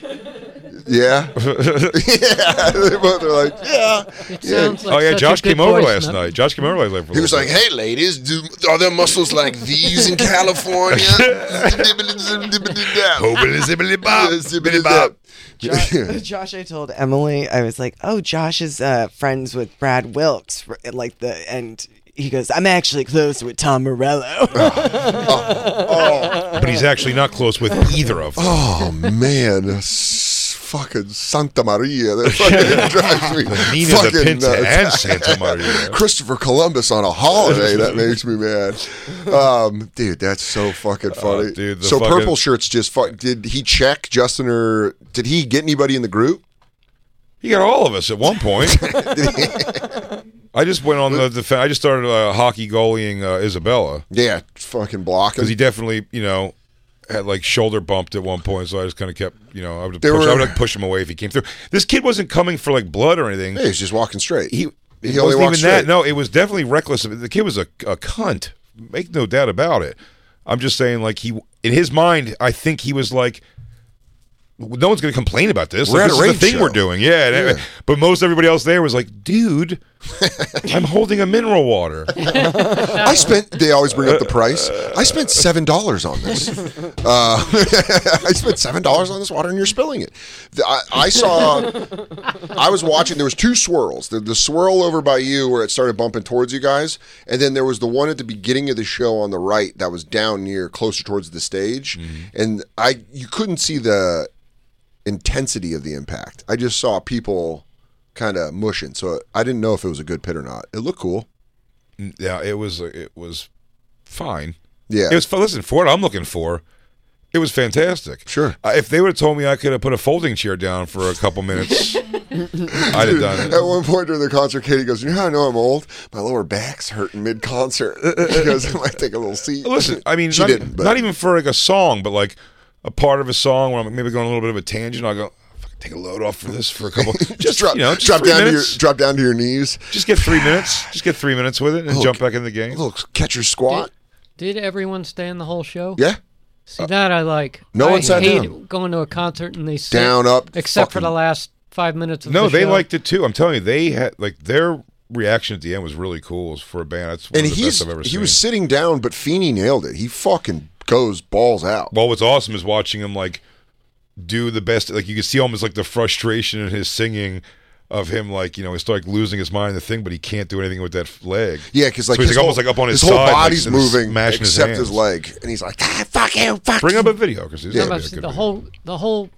Speaker 6: Yeah, yeah. They both are like, yeah.
Speaker 9: It sounds (laughs) like
Speaker 7: oh yeah,
Speaker 9: such a
Speaker 7: Josh
Speaker 9: good
Speaker 7: came over
Speaker 9: voice,
Speaker 7: last
Speaker 9: no?
Speaker 7: night. Josh came over last night. for a
Speaker 10: He was
Speaker 7: little
Speaker 10: like, "Hey, ladies, do, are there muscles like these in California?" Dibbity zib, dibbity dab.
Speaker 6: oh,
Speaker 7: Hobble zibbly (laughs) bop,
Speaker 10: Yeah,
Speaker 7: bibbity bop.
Speaker 6: Yeah.
Speaker 8: Josh, (laughs) Josh, I told Emily, I was like, "Oh, Josh is uh, friends with Brad Wilkes, r- like the," and he goes, "I'm actually close with Tom Morello."
Speaker 7: bit. but he's actually not close with either of them. (laughs)
Speaker 6: Oh man, s- fucking Santa Maria. That
Speaker 7: (laughs)
Speaker 6: fucking drives me
Speaker 7: Nina
Speaker 6: fucking
Speaker 7: the Pinta
Speaker 6: nuts.
Speaker 7: and Santa Maria.
Speaker 6: (laughs) Christopher Columbus on a holiday.
Speaker 7: (laughs)
Speaker 6: that makes me mad, um, dude. That's so fucking funny,
Speaker 7: Oh, dude, the
Speaker 6: so
Speaker 7: fucking-
Speaker 6: purple shirts just fuck. Did he check Justin or did he get anybody in the group?
Speaker 7: He got all of us at one point. I just went on the defense. I just started uh, hockey goalieing uh, Isabella
Speaker 6: Yeah, fucking blocking.
Speaker 7: because he definitely, you know, had like shoulder bumped at one point. So I just kind of kept, you know, I would,
Speaker 6: They
Speaker 7: push, I
Speaker 6: were-
Speaker 7: would like push him away if he came through. This kid wasn't coming for like blood or anything.
Speaker 6: Hey, he's just walking straight.
Speaker 7: he
Speaker 6: He
Speaker 7: it
Speaker 6: only walked
Speaker 7: wasn't even that.
Speaker 6: straight.
Speaker 7: No, it was definitely reckless. The kid was a, a cunt. Make no doubt about it. I'm just saying, like he in his mind, I think he was like, no one's going to complain about this.
Speaker 6: We're
Speaker 7: Like,
Speaker 6: at
Speaker 7: this
Speaker 6: a
Speaker 7: is the
Speaker 6: rave
Speaker 7: thing
Speaker 6: show.
Speaker 7: we're doing. Yeah, and- uh, But most everybody else there was
Speaker 6: (laughs)
Speaker 7: like, dude, I'm holding a mineral water. (laughs)
Speaker 6: I spent. They always bring up the price. I spent seven dollars on this. Uh, (laughs) I spent seven dollars on this water, and you're spilling it. The- I, I saw. I was watching. There was two swirls. The, the swirl over by you, where it started bumping towards you guys, and then there was the one at the beginning of the show on the right that was down near, closer towards the stage,
Speaker 7: Mm-hmm.
Speaker 6: and I you couldn't see the intensity of the impact. I just saw people kind of mushing, so I didn't know if it was a good pit or not. It looked cool.
Speaker 7: yeah, it was it was fine.
Speaker 6: Yeah.
Speaker 7: It was fun. Listen, for what I'm looking for, it was fantastic.
Speaker 6: Sure.
Speaker 7: Uh, if they would have told me I could have put a folding chair down for a
Speaker 6: (laughs)
Speaker 7: couple minutes, I'd have done it.
Speaker 6: (clears throat) At one point during the concert, Katie goes, "You know how I know I'm old? My lower back's hurting
Speaker 7: (laughs)
Speaker 6: mid-concert." (laughs) She goes, "I might take a little seat."
Speaker 7: Listen, I mean,
Speaker 6: she
Speaker 7: not, e-,
Speaker 6: didn't. But
Speaker 7: not even for like a song, but like a part of a song where I'm maybe going a little bit of a tangent. I go "Fucking take a load off for this for a couple.
Speaker 6: (laughs)
Speaker 7: Just,
Speaker 6: just drop,
Speaker 7: you know, just
Speaker 6: drop
Speaker 7: three
Speaker 6: down
Speaker 7: minutes.
Speaker 6: to your drop down to your knees.
Speaker 7: just get three minutes. Just get three minutes with it and
Speaker 6: Look,
Speaker 7: jump back in the
Speaker 6: A
Speaker 7: game.
Speaker 6: little catcher squat.
Speaker 9: Did everyone stand the whole show?
Speaker 6: Yeah,
Speaker 9: See that I like.
Speaker 6: no
Speaker 9: I
Speaker 6: one sat
Speaker 9: hate
Speaker 6: down.
Speaker 9: going to a concert and they sit
Speaker 6: Down, up,
Speaker 9: except for
Speaker 6: fucking-
Speaker 9: the last five minutes of the
Speaker 7: No, they
Speaker 9: show.
Speaker 7: liked it too. I'm telling you, they had like their reaction at the end was really cool It's for a band. That's one
Speaker 6: and
Speaker 7: of the
Speaker 6: he's
Speaker 7: best I've ever
Speaker 6: he
Speaker 7: seen.
Speaker 6: was sitting down, but Feeney nailed it. He fucking goes balls out.
Speaker 7: well, what's awesome is watching him like do the best. Like you can see almost like the frustration in his singing. Of him, like you know, he's like losing his mind, in the thing, but he can't do anything with that leg.
Speaker 6: yeah, because like
Speaker 7: so he's
Speaker 6: his
Speaker 7: like, almost
Speaker 6: whole-
Speaker 7: like up on his,
Speaker 6: whole
Speaker 7: side, like,
Speaker 6: body's
Speaker 7: and
Speaker 6: moving,
Speaker 7: smashing his
Speaker 6: except his,
Speaker 7: hands.
Speaker 6: leg, and he's like, ah, "Fuck you, fuck."
Speaker 7: Bring
Speaker 6: you."
Speaker 7: up a video because
Speaker 6: Yeah.
Speaker 7: yeah.
Speaker 9: How about the
Speaker 7: video.
Speaker 9: whole the whole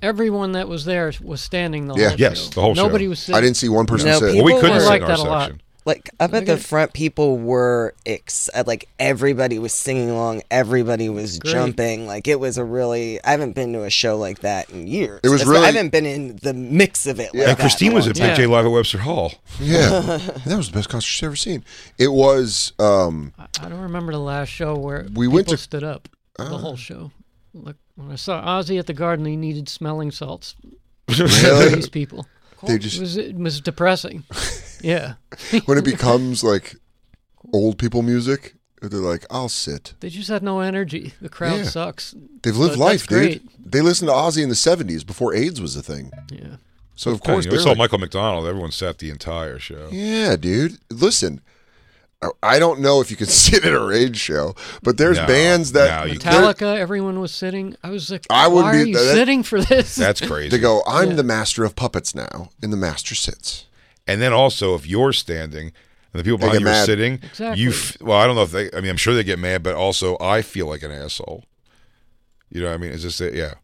Speaker 9: everyone that was there was standing the
Speaker 6: Yeah.
Speaker 9: whole
Speaker 7: Yes,
Speaker 9: show.
Speaker 7: the whole show.
Speaker 9: Nobody was sitting.
Speaker 6: I didn't see one person
Speaker 8: No,
Speaker 6: sit.
Speaker 7: Well, we
Speaker 8: People
Speaker 7: couldn't
Speaker 8: were-
Speaker 7: sit
Speaker 9: like
Speaker 7: in our
Speaker 9: that a lot.
Speaker 7: section.
Speaker 8: like up at the front, people were ex- uh, like everybody was singing along, everybody was jumping. Like it was a really. I haven't been to a show like that in years.
Speaker 6: It was
Speaker 8: That's why
Speaker 6: really-
Speaker 8: I haven't been in the mix of it. Like
Speaker 7: And
Speaker 8: that
Speaker 7: Christine
Speaker 8: in a
Speaker 7: was
Speaker 8: long
Speaker 7: at
Speaker 8: time.
Speaker 7: Big J Live at
Speaker 6: (laughs)
Speaker 7: Webster Hall. (laughs)
Speaker 6: Yeah, that was the best concert she's ever seen. It was. um
Speaker 9: I I don't remember the last show where
Speaker 6: We
Speaker 9: people
Speaker 6: went to- uh,
Speaker 9: stood up the whole show. Look, when I saw Ozzy at the Garden, he needed smelling salts. (laughs)
Speaker 6: Really?
Speaker 9: These people.
Speaker 6: They
Speaker 9: It
Speaker 6: just
Speaker 9: was it was
Speaker 6: (laughs)
Speaker 9: depressing. Yeah. (laughs)
Speaker 6: when it becomes like old people music, They're like, I'll sit.
Speaker 9: They just had no energy. The crowd
Speaker 6: Yeah.
Speaker 9: sucks.
Speaker 6: They've lived
Speaker 9: But
Speaker 6: life,
Speaker 9: that's great.
Speaker 6: dude. They listened to Ozzy in the '70s before AIDS was a thing.
Speaker 9: Yeah.
Speaker 6: So of course
Speaker 7: we
Speaker 6: they're
Speaker 7: saw
Speaker 6: like-
Speaker 7: Michael McDonald. Everyone sat the entire show.
Speaker 6: Yeah, dude. Listen, I- I don't know if you could (laughs) sit at a rage show, but there's
Speaker 7: No,
Speaker 6: bands that
Speaker 7: no, you
Speaker 6: they're-
Speaker 9: Metallica, everyone was sitting. I was like,
Speaker 6: I
Speaker 9: why
Speaker 6: wouldn't
Speaker 9: are
Speaker 6: be-
Speaker 9: you
Speaker 6: that-
Speaker 9: sitting for this?
Speaker 7: That's crazy.
Speaker 6: They go, I'm
Speaker 9: Yeah.
Speaker 6: the master of puppets now, and the master sits.
Speaker 7: And then also, if you're standing and the people
Speaker 6: They get
Speaker 7: behind you are
Speaker 6: mad.
Speaker 7: sitting,
Speaker 9: Exactly.
Speaker 7: you f- well, I don't know if they. I mean, I'm sure they get mad, but also I feel like an asshole. You know what I mean? Is this it? Yeah.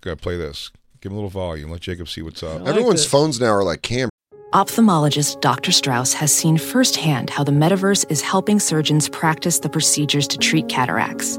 Speaker 7: Gotta play this. Give him a little volume. Let Jacob see what's up.
Speaker 9: I like
Speaker 6: Everyone's
Speaker 9: that.
Speaker 6: phones now are like cameras.
Speaker 1: Ophthalmologist Dr. Strauss has seen firsthand how the metaverse is helping surgeons practice the procedures to treat cataracts.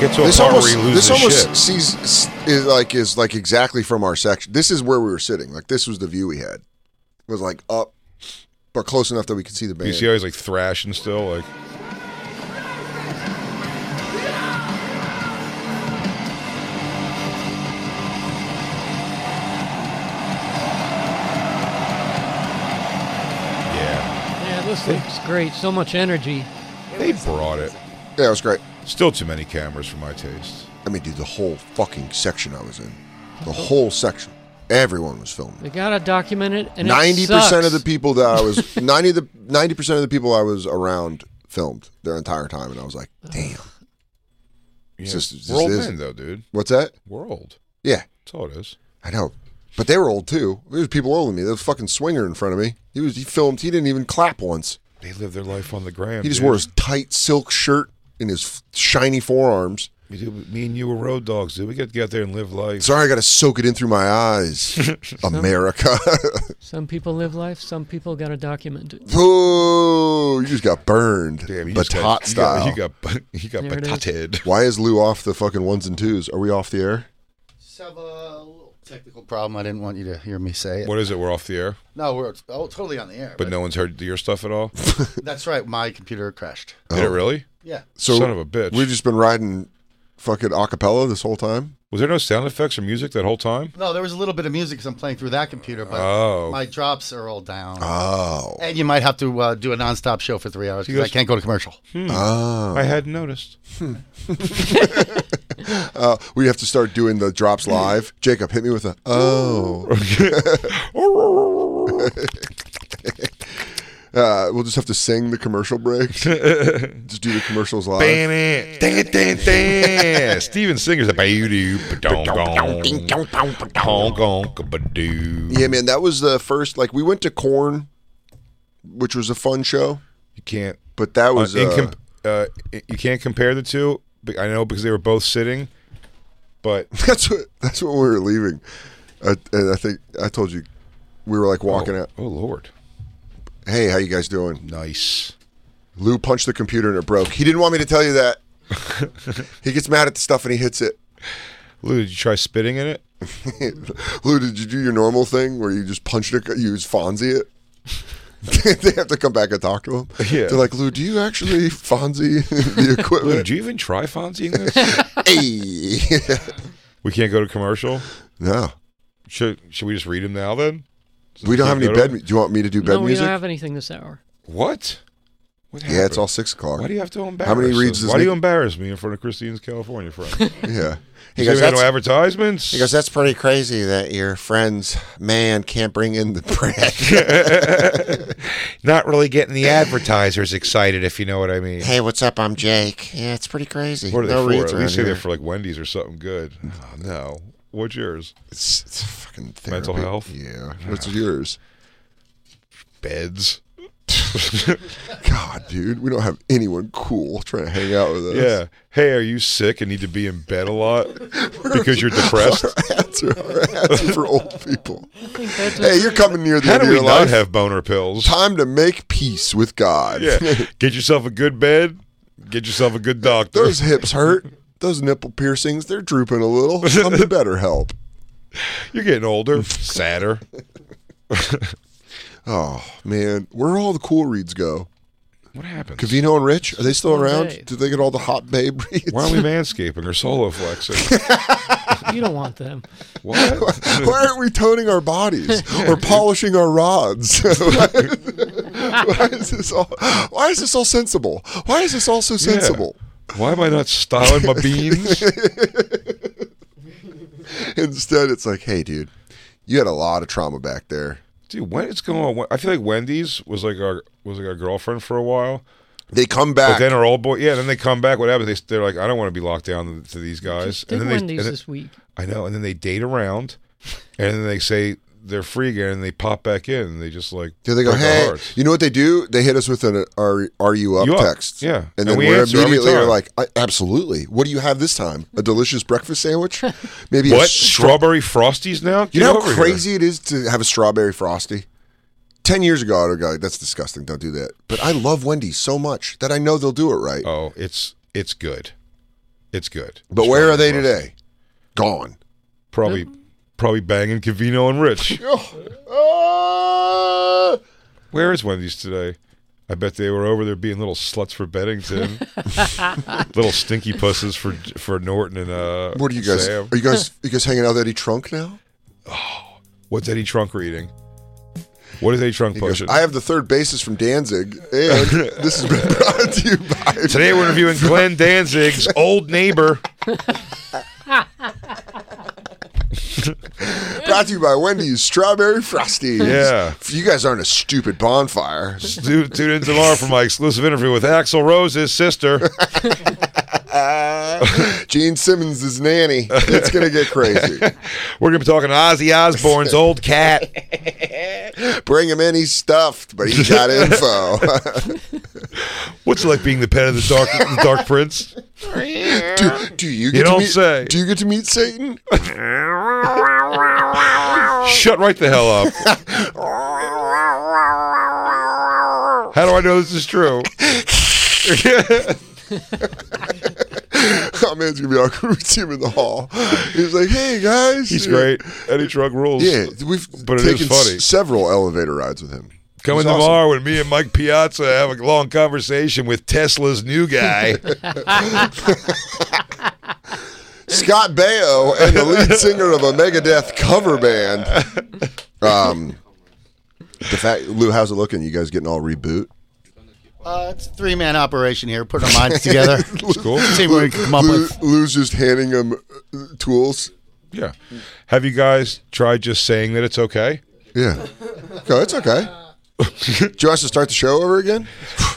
Speaker 7: Get to a
Speaker 6: this
Speaker 7: part
Speaker 6: almost,
Speaker 7: where you lose
Speaker 6: this
Speaker 7: the
Speaker 6: almost
Speaker 7: shit.
Speaker 6: sees s- is like is like exactly from our section. This is where we were sitting. Like this was the view we had. It was like up, but close enough that we could see the
Speaker 7: You
Speaker 6: band.
Speaker 7: see how he's like thrashing still, like yeah,
Speaker 9: Yeah, this looks great. So much energy.
Speaker 7: they brought it.
Speaker 6: Yeah, it was great.
Speaker 7: Still too many cameras for my taste.
Speaker 6: I mean, dude, the whole fucking section I was in, the whole section, everyone was filming.
Speaker 9: They gotta document it. And
Speaker 6: Ninety percent of the
Speaker 9: people.
Speaker 6: people that
Speaker 9: (laughs)
Speaker 6: I was ninety the ninety percent of the people I was around filmed their entire time, and I was like, damn.
Speaker 7: Yeah.
Speaker 6: It's just- it's just-
Speaker 7: We're old
Speaker 6: it's-
Speaker 7: men though, dude.
Speaker 6: What's that?
Speaker 7: We're old.
Speaker 6: Yeah,
Speaker 7: That's all it is.
Speaker 6: I know. But they were old too. There was people older than me. There was a fucking swinger in front of me. He was he filmed. He didn't even clap once.
Speaker 7: They live their life on the gram.
Speaker 6: He just
Speaker 7: dude.
Speaker 6: wore his tight silk shirt and his f- shiny forearms.
Speaker 7: We do- Me and you were road dogs, dude. We got to get out there and live life.
Speaker 6: Sorry, I got to soak it in through my
Speaker 7: (laughs)
Speaker 6: eyes, America. (laughs)
Speaker 9: Some people live life. Some people gotta document it.
Speaker 6: Boo! You just got burned,
Speaker 7: Damn, you just
Speaker 6: batat
Speaker 7: got,
Speaker 6: style.
Speaker 7: You got, you got, (laughs) you
Speaker 9: There it
Speaker 7: got
Speaker 9: is.
Speaker 7: (laughs) batated.
Speaker 6: Why is Lou off the fucking ones and twos? Are we off the air?
Speaker 11: Just have a little technical problem. I didn't want you to hear me say it.
Speaker 7: What is it? We're off the air,
Speaker 11: No, we're oh, totally on the air.
Speaker 7: but no one's heard your stuff at all.
Speaker 11: (laughs) That's right. My computer crashed. Oh.
Speaker 7: Did it really?
Speaker 11: Yeah.
Speaker 6: So
Speaker 7: Son of a bitch.
Speaker 6: We've just been riding fucking acapella this whole time.
Speaker 7: Was there no sound effects or music that whole time?
Speaker 11: No, there was a little bit of music because I'm playing through that computer, but
Speaker 7: Oh.
Speaker 11: my drops are all down.
Speaker 6: Oh,
Speaker 11: and you might have to uh, do a nonstop show for three hours
Speaker 7: He
Speaker 11: because I
Speaker 7: goes-
Speaker 11: can't go to commercial.
Speaker 6: oh.
Speaker 7: I hadn't noticed.
Speaker 6: Uh, we have to start doing the drops live. Jacob, hit me with a oh. (laughs) uh, we'll just have to sing the commercial
Speaker 7: (laughs)
Speaker 6: breaks. just do the commercials live.
Speaker 7: Bam it. Dang it, dang it,
Speaker 11: (laughs)
Speaker 7: dang it. Steven Singer's a baby. Dong, dong. Dong, dong, ba-doo.
Speaker 6: Yeah, man, that was the first. Like we went to Corn, which was a fun show,
Speaker 7: You can't.
Speaker 6: but that was
Speaker 7: uh,
Speaker 6: uh,
Speaker 7: incom- uh, i- you can't compare the two. but I know because they were both sitting,
Speaker 6: (laughs)
Speaker 7: but
Speaker 6: that's what that's what we were leaving. I, and I think I told you we were like walking
Speaker 7: oh,
Speaker 6: out.
Speaker 7: Oh Lord,
Speaker 6: Hey, how you guys doing?
Speaker 7: nice.
Speaker 6: Lou punched the computer and it broke. He didn't want me to tell you
Speaker 7: (laughs)
Speaker 6: that. he gets mad at the stuff and he hits it. (laughs)
Speaker 7: Lou, did you try spitting in it?
Speaker 6: Lou, did you do your normal thing where you just punch it, you use Fonzie it? (laughs) they have to come back and talk to him.
Speaker 7: Yeah.
Speaker 6: They're like, Lou, do you actually Fonzie (laughs)
Speaker 7: (laughs)
Speaker 6: the
Speaker 7: Lou, did
Speaker 6: equipment?
Speaker 7: you even try Fonzie in this?
Speaker 6: (laughs) hey. (laughs)
Speaker 7: we can't go to commercial.
Speaker 6: no.
Speaker 7: Should Should we just read him now then?
Speaker 6: We don't have any
Speaker 7: Go to-
Speaker 6: bed. mu- Do you want me to do bed
Speaker 9: no, we
Speaker 6: music?
Speaker 9: don't have anything this hour.
Speaker 7: What? What
Speaker 6: Yeah, it's
Speaker 7: happened?
Speaker 6: all six o'clock.
Speaker 7: Why do you have to embarrass?
Speaker 6: How many reads
Speaker 7: us?
Speaker 6: does
Speaker 7: Why do you
Speaker 6: Nick-
Speaker 7: embarrass me in front of Christine's
Speaker 6: (laughs)
Speaker 7: California friends?
Speaker 6: Yeah.
Speaker 7: He goes, no advertisements.
Speaker 10: He goes, that's pretty crazy that your friend's man can't bring in
Speaker 6: (laughs)
Speaker 10: the bread.
Speaker 7: Not really getting the advertisers excited, if you know what I mean.
Speaker 10: hey, what's up? I'm Jake. Yeah, it's pretty crazy.
Speaker 7: What are they
Speaker 10: no
Speaker 7: for?
Speaker 10: reads
Speaker 7: At
Speaker 10: around
Speaker 7: least say
Speaker 10: here.
Speaker 7: they're for like Wendy's or something good. Oh, no. What's yours?
Speaker 6: It's, it's fucking
Speaker 7: mental
Speaker 6: therapy.
Speaker 7: health.
Speaker 6: Yeah. What's yours?
Speaker 7: Beds.
Speaker 6: God, dude, we don't have anyone cool trying to hang out with us. (laughs)
Speaker 7: Yeah. Hey, are you sick and need to be in bed a lot because you're depressed?
Speaker 6: Our ads are, our ads are for old people.
Speaker 9: think that's
Speaker 6: Hey, you're coming near the
Speaker 7: How
Speaker 6: end
Speaker 7: do
Speaker 6: of
Speaker 7: we
Speaker 6: your
Speaker 7: not
Speaker 6: life.
Speaker 7: have boner pills?
Speaker 6: Time to make peace with God.
Speaker 7: Yeah. Get yourself a good bed. Get yourself a good
Speaker 6: (laughs)
Speaker 7: doctor.
Speaker 6: Those hips hurt. Those nipple piercings, they're drooping a
Speaker 7: (laughs)
Speaker 6: little. Come to better help.
Speaker 7: You're getting older, sadder.
Speaker 6: Oh, man. Where all the cool reads go?
Speaker 7: What happened?
Speaker 6: Cavino and Rich, are they still
Speaker 9: Where are
Speaker 6: around?
Speaker 9: they?
Speaker 6: Do they get all the hot babe (laughs) reads?
Speaker 7: Why are we manscaping or solo flexing?
Speaker 9: You don't want them.
Speaker 7: What?
Speaker 6: (laughs) Why aren't we toning our bodies
Speaker 7: (laughs)
Speaker 6: or polishing our rods? (laughs) why is this all? Why is this all sensible? Why is this all so
Speaker 7: Yeah.
Speaker 6: sensible?
Speaker 7: Why am I not styling my beans?
Speaker 6: Instead, it's like, hey, dude, you had a lot of trauma back there.
Speaker 7: Dude, what is going on? I feel like Wendy's was like our was like our girlfriend for a while.
Speaker 6: They come
Speaker 7: But
Speaker 6: back.
Speaker 7: then our old boy, yeah. Then they come back. What happens? They, they're like, I don't want to be locked down to these guys.
Speaker 9: Did
Speaker 7: then
Speaker 9: Wendy's
Speaker 7: they, and then-
Speaker 9: this week.
Speaker 7: I know. And then they date around, and then they say they're free again, and they pop back in, and they just like
Speaker 6: Do they go,
Speaker 7: break our
Speaker 6: hey,
Speaker 7: hearts.
Speaker 6: you know what they do? They hit us with an are, are you up
Speaker 7: You up,
Speaker 6: text.
Speaker 7: yeah.
Speaker 6: And
Speaker 7: And
Speaker 6: then
Speaker 7: we
Speaker 6: we're
Speaker 7: answer every
Speaker 6: immediately are
Speaker 7: time.
Speaker 6: like, "I- absolutely. What do you have this time? A delicious breakfast sandwich? Maybe a
Speaker 7: what
Speaker 6: straw-
Speaker 7: strawberry frosties now?
Speaker 6: You
Speaker 7: Get
Speaker 6: know
Speaker 7: over
Speaker 6: how
Speaker 7: here."
Speaker 6: crazy it is to have a strawberry frosty? Ten years ago, I'd have gone, that's disgusting. Don't do that. But I love Wendy's so much that I know they'll do it right.
Speaker 7: Oh, it's it's good, it's good.
Speaker 6: but where are they
Speaker 7: Strawberry frosty.
Speaker 6: today? Gone.
Speaker 7: Probably probably banging Cavino
Speaker 6: (laughs)
Speaker 7: and Rich.
Speaker 6: Uh,
Speaker 7: Ah! Where is Wendy's today? I bet they were over there being little sluts for Beddington, little stinky pusses for for Norton and uh.
Speaker 6: what are you guys?
Speaker 7: Sam.
Speaker 6: Are you guys? you guys hanging out with Eddie Trunk now?
Speaker 7: What's Eddie Trunk reading? What is Eddie Trunk
Speaker 6: He goes,
Speaker 7: pushing?
Speaker 6: I have the third basis from Danzig, and
Speaker 7: (laughs)
Speaker 6: this has been brought to you by.
Speaker 7: Today we're interviewing Glenn Danzig's old neighbor.
Speaker 6: brought to you by Wendy's Strawberry Frosty.
Speaker 7: Yeah.
Speaker 6: you guys aren't a stupid bonfire.
Speaker 7: Tune tune in tomorrow for my exclusive interview with Axel Rose's sister.
Speaker 6: Gene Simmons is nanny. It's gonna get crazy.
Speaker 7: We're gonna be talking to Ozzy Osbourne's old cat.
Speaker 6: Bring him in. He's stuffed, but he's got info.
Speaker 7: What's it like being the pet of the dark the dark prince?
Speaker 6: do, do you? Get to
Speaker 7: don't
Speaker 6: meet,
Speaker 7: say.
Speaker 6: Do you get to meet Satan? (laughs)
Speaker 7: Shut right the hell up. How do I know this is true?
Speaker 6: oh man, it's gonna be awkward. We see him in the hall. He's like, "Hey guys,
Speaker 7: He's great. Eddie Trunk rules.
Speaker 6: Yeah, we've
Speaker 7: But it is
Speaker 6: taken s-
Speaker 7: funny.
Speaker 6: several elevator rides with him.
Speaker 7: Coming
Speaker 6: He's awesome.
Speaker 7: tomorrow when me and Mike Piazza have a long conversation with Tesla's new (laughs) guy.
Speaker 6: Scott Baio and the lead singer of a Megadeth cover band. Um, the fact, Lou, how's it looking? You guys getting all reboot?
Speaker 11: Uh, it's a three man operation here. Putting our minds together.
Speaker 6: (laughs)
Speaker 7: cool.
Speaker 11: See what we can come up
Speaker 6: Lou-
Speaker 11: with.
Speaker 6: Lou's just handing him uh, tools.
Speaker 7: yeah. Have you guys tried just saying that it's okay?
Speaker 6: Yeah, okay, it's okay. (laughs) Do you want us to start the show over again?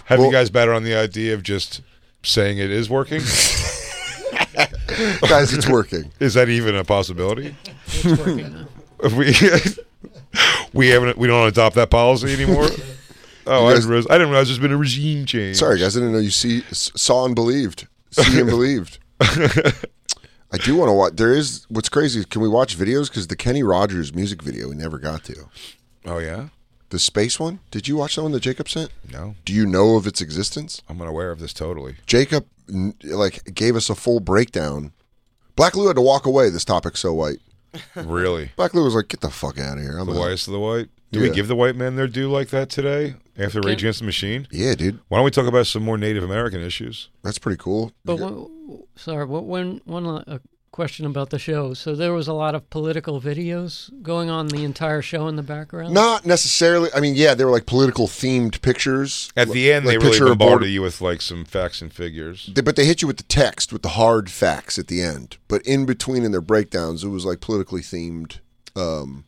Speaker 7: Have
Speaker 6: Well-
Speaker 7: you guys batted on the idea of just saying it
Speaker 6: (laughs)
Speaker 7: is working?
Speaker 6: Guys, it's working.
Speaker 7: is that even a possibility? If (laughs) we we haven't we don't adopt that policy
Speaker 6: (laughs)
Speaker 7: anymore. Oh, I
Speaker 6: guys-
Speaker 7: didn't realize I didn't realize there's been a regime change.
Speaker 6: Sorry, guys, I didn't know you see, s- saw and believed. See and believed. I do want to watch. There is what's crazy. is Can we watch videos? Because the Kenny Rogers music video we never got to.
Speaker 7: Oh yeah.
Speaker 6: The space one. Did you watch that one that Jacob sent?
Speaker 7: No,
Speaker 6: Do you know of its existence?
Speaker 7: I'm unaware of this totally.
Speaker 6: Jacob n- like gave us a full breakdown. Black Lou had to walk away. This topic's so white.
Speaker 7: Really,
Speaker 6: Black Lou was like, "Get the fuck out of here." I'm
Speaker 7: the
Speaker 6: out."
Speaker 7: whites of the white. Do
Speaker 6: Yeah.
Speaker 7: we give the white men their due like that today after Rage Against the Machine?
Speaker 6: Yeah, dude,
Speaker 7: Why don't we talk about some more Native American issues?
Speaker 6: that's pretty cool.
Speaker 9: But what, sorry, what, when one la- a question about the show. So there was a lot of political videos going on the entire show in the background.
Speaker 6: Not necessarily. I mean, yeah, they were like political themed pictures.
Speaker 7: At the end,
Speaker 6: Like
Speaker 7: they really
Speaker 6: picture of border-
Speaker 7: bombarded you with like some facts and figures.
Speaker 6: They- but they hit you with the text, with the hard facts at the end. But in between, in their breakdowns, it was like politically themed. Um,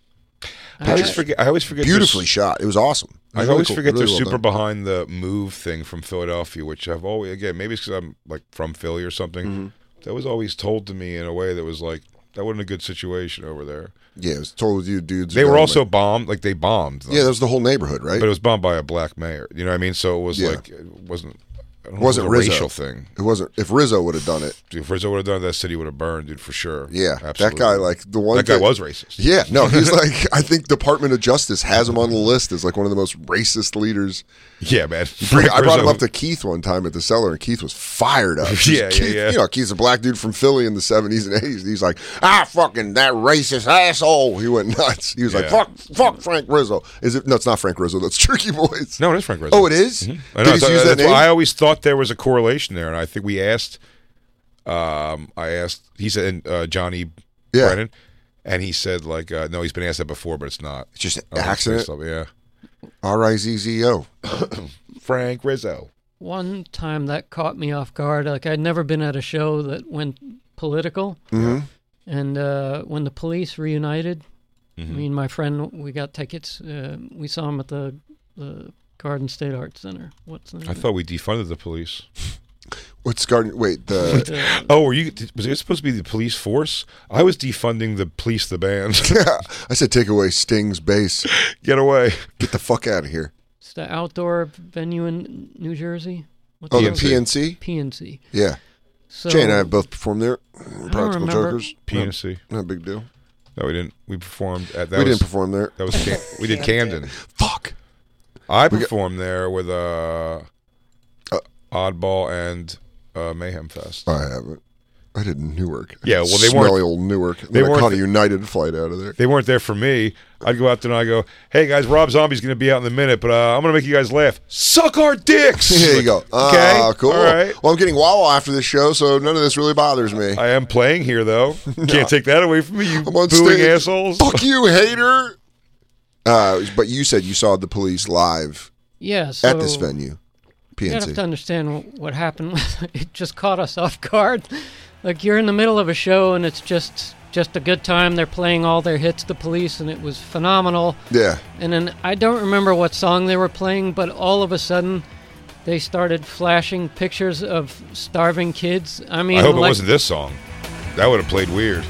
Speaker 7: I always
Speaker 6: pictures.
Speaker 7: forget- I always forget their-
Speaker 6: Beautifully shot. It was awesome. It was
Speaker 7: I
Speaker 6: really
Speaker 7: always
Speaker 6: cool-
Speaker 7: forget
Speaker 6: really
Speaker 7: the
Speaker 6: well
Speaker 7: super
Speaker 6: done.
Speaker 7: behind the move thing from Philadelphia, which I've always again maybe it's because I'm like from Philly or something.
Speaker 6: Mm-hmm.
Speaker 7: That was always told to me in a way that was like that wasn't a good situation over there.
Speaker 6: Yeah, it was told with you dudes.
Speaker 7: They were
Speaker 6: around,
Speaker 7: also
Speaker 6: like-
Speaker 7: bombed, like they bombed. Them.
Speaker 6: Yeah, that was the whole neighborhood, right?
Speaker 7: But it was bombed by a black mayor. You know what I mean? So it was
Speaker 6: Yeah.
Speaker 7: like it wasn't. I don't
Speaker 6: It
Speaker 7: know if it
Speaker 6: wasn't
Speaker 7: was a
Speaker 6: Rizzo.
Speaker 7: racial thing.
Speaker 6: It wasn't. If Rizzo would have done it,
Speaker 7: Dude, if Rizzo would have done it, that city would have burned, dude, for sure.
Speaker 6: Yeah,
Speaker 7: Absolutely.
Speaker 6: that guy like the one
Speaker 7: That guy
Speaker 6: thing-
Speaker 7: was racist.
Speaker 6: Yeah, no, he's like I think Department of Justice has him on the list as like one of the most racist leaders.
Speaker 7: (laughs) Yeah, man.
Speaker 6: Freak- I brought him
Speaker 7: Rizzo-
Speaker 6: up to Keith one time at the cellar, and Keith was fired
Speaker 7: (laughs)
Speaker 6: up. He's-
Speaker 7: Yeah, yeah,
Speaker 6: Keith-
Speaker 7: yeah.
Speaker 6: You know, Keith's a black dude from Philly in the seventies and eighties. He's like, ah, fucking that racist asshole. He went nuts. He was like,
Speaker 7: Yeah.
Speaker 6: fuck, fuck Frank Rizzo. Is it? No, it's not Frank Rizzo. That's (laughs) Tricky Boys.
Speaker 7: No, it is Frank Rizzo.
Speaker 6: Oh, it is?
Speaker 7: Mhm.
Speaker 6: Did
Speaker 7: I, know,
Speaker 6: he
Speaker 7: so
Speaker 6: use that
Speaker 7: that's why
Speaker 6: name?
Speaker 7: I always thought there was a correlation there, and I think we asked. Um, I asked. He said and, uh, Johnny
Speaker 6: Yeah.
Speaker 7: Brennan, and he said like, uh, no, he's been asked that before, but it's not. It's
Speaker 6: just an accident?
Speaker 7: Yeah,
Speaker 6: (laughs) R I Z Z O.
Speaker 7: Frank Rizzo.
Speaker 9: One time that caught me off guard. Like I'd never been at a show that went political.
Speaker 6: Mhm.
Speaker 9: And uh, when the police reunited,
Speaker 7: Mhm.
Speaker 9: me and my friend, we got tickets. Uh, we (laughs) saw him at the, the Garden State Arts Center. What's the name?
Speaker 6: (laughs)
Speaker 7: I
Speaker 9: of it?
Speaker 7: thought we defunded the police.
Speaker 6: What's Garden? Wait,
Speaker 9: Uh,
Speaker 7: (laughs)
Speaker 6: the (laughs)
Speaker 7: oh, were you? Was it supposed to be the police force? I was defunding the police, the band. (laughs)
Speaker 6: I said take away Sting's bass.
Speaker 7: Get away.
Speaker 6: Get the fuck out of here.
Speaker 9: It's the outdoor venue in New Jersey. What's
Speaker 6: Oh, the
Speaker 9: it called?
Speaker 6: PNC?
Speaker 9: PNC.
Speaker 6: Yeah.
Speaker 9: So
Speaker 6: Jay and I have both performed there. Practical
Speaker 9: remember.
Speaker 6: Jokers.
Speaker 7: PNC.
Speaker 6: Not, not a big deal.
Speaker 7: No, we didn't. We performed at that.
Speaker 6: We
Speaker 7: was-
Speaker 6: didn't perform there.
Speaker 7: That was Cam-
Speaker 6: (laughs)
Speaker 7: we did Camden.
Speaker 6: Fuck.
Speaker 7: I performed there with uh, Oddball and uh, Mayhem Fest.
Speaker 6: I haven't. I did Newark.
Speaker 7: Yeah, well, they
Speaker 6: Smelly
Speaker 7: weren't-
Speaker 6: old Newark.
Speaker 7: they
Speaker 6: They I
Speaker 7: weren't
Speaker 6: caught a
Speaker 7: the-
Speaker 6: United flight out of there. (laughs)
Speaker 7: They weren't there for me. I'd go out there and I go, "Hey guys, Rob Zombie's going to be out in a minute, but uh, I'm going to make you guys laugh. Suck
Speaker 6: (laughs)
Speaker 7: our dicks."
Speaker 6: there you go.
Speaker 7: (laughs) okay,
Speaker 6: Ah, cool.
Speaker 7: All right. Uh,
Speaker 6: Well, I'm getting Wawa after this show, so none of this really bothers me.
Speaker 7: I am playing
Speaker 6: (laughs)
Speaker 7: here though. Can't take that away from me. You
Speaker 6: on
Speaker 7: booing
Speaker 6: stage.
Speaker 7: assholes.
Speaker 6: Fuck you, hater. Uh, but you said you saw the police live
Speaker 9: Yeah,
Speaker 6: at this
Speaker 9: so-
Speaker 6: venue,
Speaker 9: You gotta have to
Speaker 6: PNC.
Speaker 9: understand wh- what happened. it just caught us (laughs) off guard. Like you're in the middle of a show and it's just just a good time. They're playing all their hits, the police, and it was phenomenal.
Speaker 6: Yeah.
Speaker 9: And then I don't remember what song they were playing, but all of a sudden they started flashing pictures of starving kids. I mean,
Speaker 7: I hope it
Speaker 9: like-
Speaker 7: wasn't this song. That would have played weird.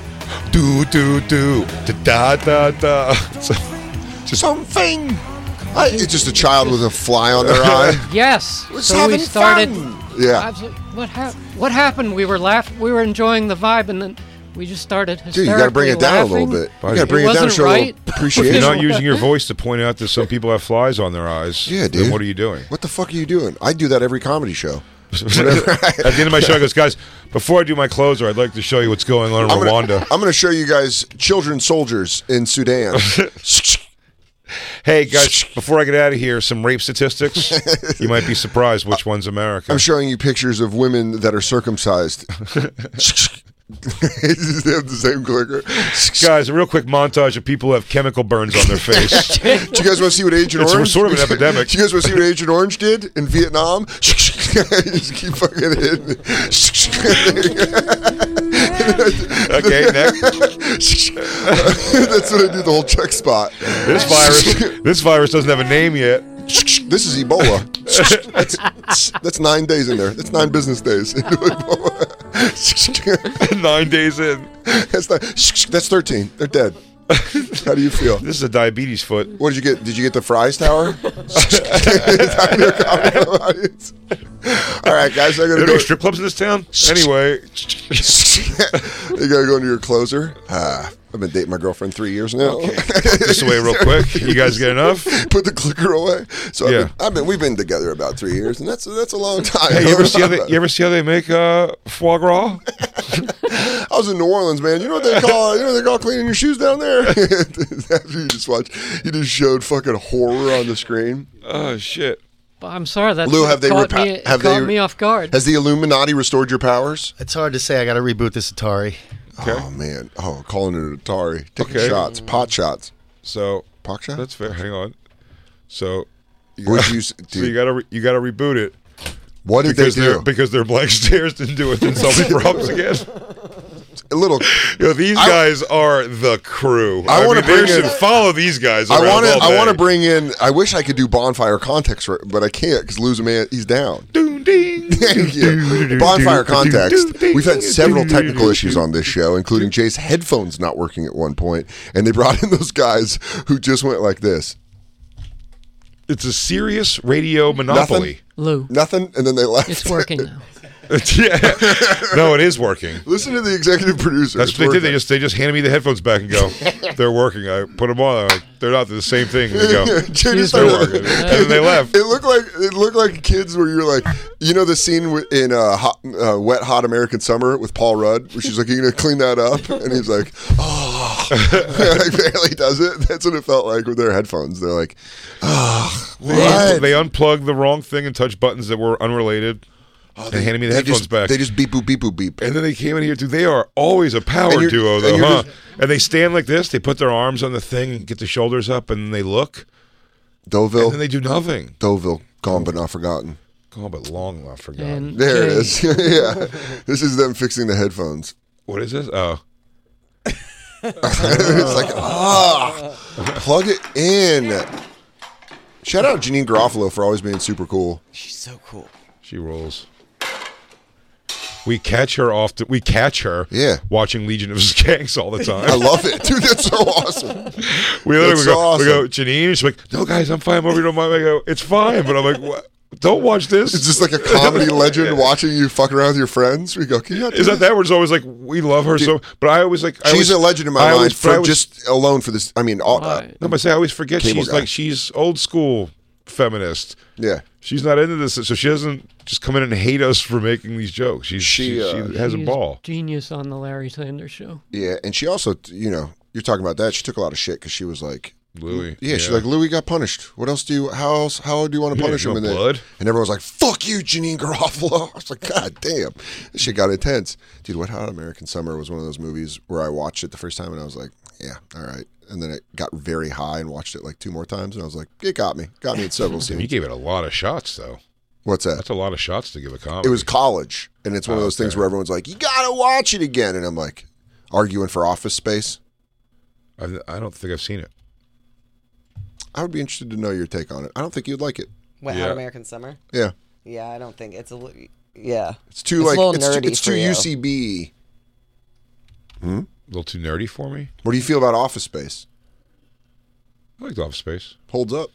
Speaker 7: Do do do da da da da. (laughs)
Speaker 6: Just something. I, it's just a child with a fly on their eye.
Speaker 9: (laughs) Yes.
Speaker 6: We're
Speaker 9: so we
Speaker 6: having
Speaker 9: started.
Speaker 6: fun. Yeah.
Speaker 9: Absolutely. What happened? What happened? We were laughing. We were enjoying the vibe, and then we just started.
Speaker 6: Dude, you gotta bring it down a
Speaker 9: hysterically
Speaker 6: little bit.
Speaker 9: laughing.
Speaker 6: You gotta bring it, down.
Speaker 9: wasn't
Speaker 6: and Show a (laughs)
Speaker 9: right.
Speaker 6: little appreciation.
Speaker 7: If you're not using your voice to point out that some people have flies on their eyes,
Speaker 6: Yeah,
Speaker 7: then
Speaker 6: dude.
Speaker 7: what are you doing?
Speaker 6: What the fuck are you doing? I do that every comedy show. Whatever I-
Speaker 7: (laughs) At the end of my show, I goes, guys, before I do my closer, I'd like to show you what's going on in
Speaker 6: I'm
Speaker 7: Rwanda.
Speaker 6: gonna, I'm gonna show you guys children soldiers in
Speaker 7: (laughs)
Speaker 6: Sudan.
Speaker 7: hey, guys, before I get out of here, some rape statistics. you might be surprised which one's America.
Speaker 6: I'm showing you pictures of women that are
Speaker 7: (laughs)
Speaker 6: circumcised. (laughs) they have the same clicker.
Speaker 7: guys, a real quick montage of people who have chemical burns on their
Speaker 6: (laughs)
Speaker 7: face.
Speaker 6: Do you guys want to see what Agent
Speaker 7: It's
Speaker 6: Orange? (laughs)
Speaker 7: sort of an epidemic.
Speaker 6: Do you guys want to see what Agent Orange did in Vietnam? (laughs) Just keep fucking hitting.
Speaker 7: okay, next.
Speaker 6: (laughs) That's what I do the whole check spot.
Speaker 7: This virus, this virus doesn't have a name yet.
Speaker 6: (laughs) This is Ebola. (laughs) that's, that's nine days in there. That's nine business days (laughs) into Ebola.
Speaker 7: nine days in.
Speaker 6: That's not, (laughs) that's thirteen. They're dead. How do you feel?
Speaker 7: This is a diabetes foot.
Speaker 6: What did you get? Did you get the fries
Speaker 7: (laughs)
Speaker 6: tower? All right, guys, I
Speaker 7: Are
Speaker 6: gotta
Speaker 7: there
Speaker 6: go.
Speaker 7: no strip clubs in this town? Anyway,
Speaker 6: (laughs) you gotta go into your closer. Ah, I've been dating my girlfriend three years now. (laughs)
Speaker 7: this away real quick. You guys get enough?
Speaker 6: Put the clicker away. So
Speaker 7: Yeah.
Speaker 6: I've, been, I've been. We've been together about three years, and that's that's a long time.
Speaker 7: Hey, you ever see
Speaker 6: (laughs)
Speaker 7: how they, you ever see how they make uh, foie gras?
Speaker 6: I was in New Orleans, man. You know what they call you know what they call cleaning your shoes down there. (laughs) After you just watch, you just showed fucking horror on the screen.
Speaker 7: Oh shit!
Speaker 9: But I'm sorry that
Speaker 6: Lou, have they
Speaker 9: caught,
Speaker 6: repa-
Speaker 9: me,
Speaker 6: have
Speaker 9: caught
Speaker 6: they-
Speaker 9: me off guard.
Speaker 6: Has the Illuminati restored your powers?
Speaker 11: It's hard to say. I got to reboot this Atari.
Speaker 6: Oh man. Oh, calling it Atari. Taking
Speaker 7: Okay.
Speaker 6: shots. Pot shots.
Speaker 7: So
Speaker 6: pot shot.
Speaker 7: That's fair. Hang on. So you
Speaker 6: Would
Speaker 7: gotta,
Speaker 6: you s-
Speaker 7: so
Speaker 6: dude.
Speaker 7: you gotta re, you gotta reboot it.
Speaker 6: What did they
Speaker 7: because they're-
Speaker 6: do?
Speaker 7: Because their blank (laughs) stares didn't do it. Then something
Speaker 6: (laughs)
Speaker 7: props again.
Speaker 6: A little.
Speaker 7: Yo, these
Speaker 6: I-
Speaker 7: guys are the crew.
Speaker 6: I wanna
Speaker 7: mean, they
Speaker 6: bring
Speaker 7: should
Speaker 6: in-
Speaker 7: follow these guys.
Speaker 6: I want
Speaker 7: want
Speaker 6: to. I want to bring in. I wish I could do bonfire context, right- but I can't because lose a man, he's down. (laughs) Thank you. Bonfire context. We've had several technical issues on this show, including Jay's headphones not working at one point, and they brought in those guys who just went like this.
Speaker 7: It's a serious radio
Speaker 6: (laughs)
Speaker 7: monopoly.
Speaker 9: Lou.
Speaker 6: Nothing, and then they left. It's
Speaker 9: working now.
Speaker 7: (laughs) yeah. No, it is working.
Speaker 6: (laughs) Listen to the executive producer.
Speaker 7: That's
Speaker 6: It's
Speaker 7: what they did. They
Speaker 6: working.
Speaker 7: just they just handed me the headphones back and
Speaker 6: (laughs)
Speaker 7: go, they're working. I put them on. I'm like, they're not they're the same thing. And
Speaker 6: (laughs)
Speaker 7: they go,
Speaker 6: Jay
Speaker 7: they're
Speaker 6: just started-
Speaker 7: working. And
Speaker 6: (laughs)
Speaker 7: then they left.
Speaker 6: It looked like it looked like kids where you're like, you know, the scene wi- in uh, hot, uh, Wet Hot American Summer with Paul Rudd, where she's like, "You gonna clean that up?" And he's like, (laughs) "Oh," like barely does it. That's what it felt like with their headphones. They're like, "Oh,
Speaker 7: They,
Speaker 6: what?"
Speaker 7: they unplugged the wrong thing and touched buttons that were unrelated. and
Speaker 6: Oh, they-
Speaker 7: handed me the
Speaker 6: they
Speaker 7: headphones
Speaker 6: just-
Speaker 7: back.
Speaker 6: they just beep boop beep boop beep.
Speaker 7: And then they came in here too. They are always a
Speaker 6: And
Speaker 7: power
Speaker 6: you're-
Speaker 7: duo though,
Speaker 6: and you're
Speaker 7: huh?
Speaker 6: just-
Speaker 7: and they stand like this. They put their arms on the thing, get the shoulders up, and they look.
Speaker 6: Deauville.
Speaker 7: And then they do nothing.
Speaker 6: Deauville, gone but not forgotten.
Speaker 7: Oh, but long I forgot.
Speaker 9: And
Speaker 6: There it
Speaker 9: Jay-
Speaker 6: is. (laughs) yeah, this is them fixing the headphones.
Speaker 7: What is this? Oh,
Speaker 6: it's like, ah, plug it in. Shout out Janine Garofalo for always being super cool.
Speaker 8: She's so cool.
Speaker 7: she rolls. We catch her off. The, we catch her.
Speaker 6: Yeah. Oh,
Speaker 7: Watching Legion of (laughs) Skanks all the time.
Speaker 6: I love it, dude. That's so awesome.
Speaker 7: We literally
Speaker 6: That's
Speaker 7: we go,
Speaker 6: so awesome.
Speaker 7: we go, Janine. She's like, no, guys, I'm fine. I'm over here. Don't mind. I go, it's fine. But I'm like, what? Don't watch this.
Speaker 6: It's just like a
Speaker 7: (laughs)
Speaker 6: comedy legend watching you fuck around with your friends. We go, can you not do
Speaker 7: Is that that? Where it's always like, we love her so. But I always like. I
Speaker 6: She's
Speaker 7: always-
Speaker 6: a legend in my
Speaker 7: I
Speaker 6: mind
Speaker 7: always- but
Speaker 6: for
Speaker 7: I always-
Speaker 6: just alone for this. I mean, all, uh,
Speaker 7: No, but say I always forget
Speaker 6: Cable
Speaker 7: she's
Speaker 6: guy.
Speaker 7: like she's old school feminist.
Speaker 6: yeah.
Speaker 7: She's not into this, so she doesn't just come in and hate us for making these jokes. She's,
Speaker 6: She,
Speaker 7: she she,
Speaker 6: uh,
Speaker 7: has a
Speaker 9: She's
Speaker 7: ball.
Speaker 9: Genius on the Larry Sanders show.
Speaker 6: Yeah, and she also, t- you know, you're talking about that. She took a lot of shit because she was like,
Speaker 7: Louis,
Speaker 6: yeah, she's like, Louis got punished. What else do you? How else? How do you want to
Speaker 7: Yeah,
Speaker 6: punish
Speaker 7: you
Speaker 6: him?
Speaker 7: want
Speaker 6: And, then-
Speaker 7: blood?
Speaker 6: and everyone was like, "Fuck you, Janine Garofalo." (laughs) I was like, "God damn!" This shit got intense, dude. What Hot American Summer was one of those movies where I watched it the first time and I was like, "Yeah, all right." And then it got very high and watched it like two more times and I was like, "It got me, got me at several
Speaker 7: (laughs) Damn, you
Speaker 6: scenes."
Speaker 7: gave it a lot of shots though.
Speaker 6: What's that?
Speaker 7: That's a lot of shots to give a comedy.
Speaker 6: It was college, and it's one of
Speaker 7: Oh,
Speaker 6: those things where everyone's like, "You gotta watch it again," and I'm like, arguing for office space.
Speaker 7: I, I don't think I've seen it.
Speaker 6: I would be interested to know your take on it. I don't think you'd like it.
Speaker 8: Wet
Speaker 7: Yeah.
Speaker 8: Hot American Summer.
Speaker 6: Yeah,
Speaker 8: Yeah, I don't think it's a. li- Yeah,
Speaker 6: it's too
Speaker 8: a
Speaker 6: like
Speaker 8: little
Speaker 6: it's too,
Speaker 8: nerdy
Speaker 6: it's
Speaker 8: for
Speaker 6: too
Speaker 8: you.
Speaker 6: UCB. Hmm.
Speaker 7: A little too nerdy for me.
Speaker 6: What do you feel about Office Space?
Speaker 7: I liked Office Space.
Speaker 6: Holds up.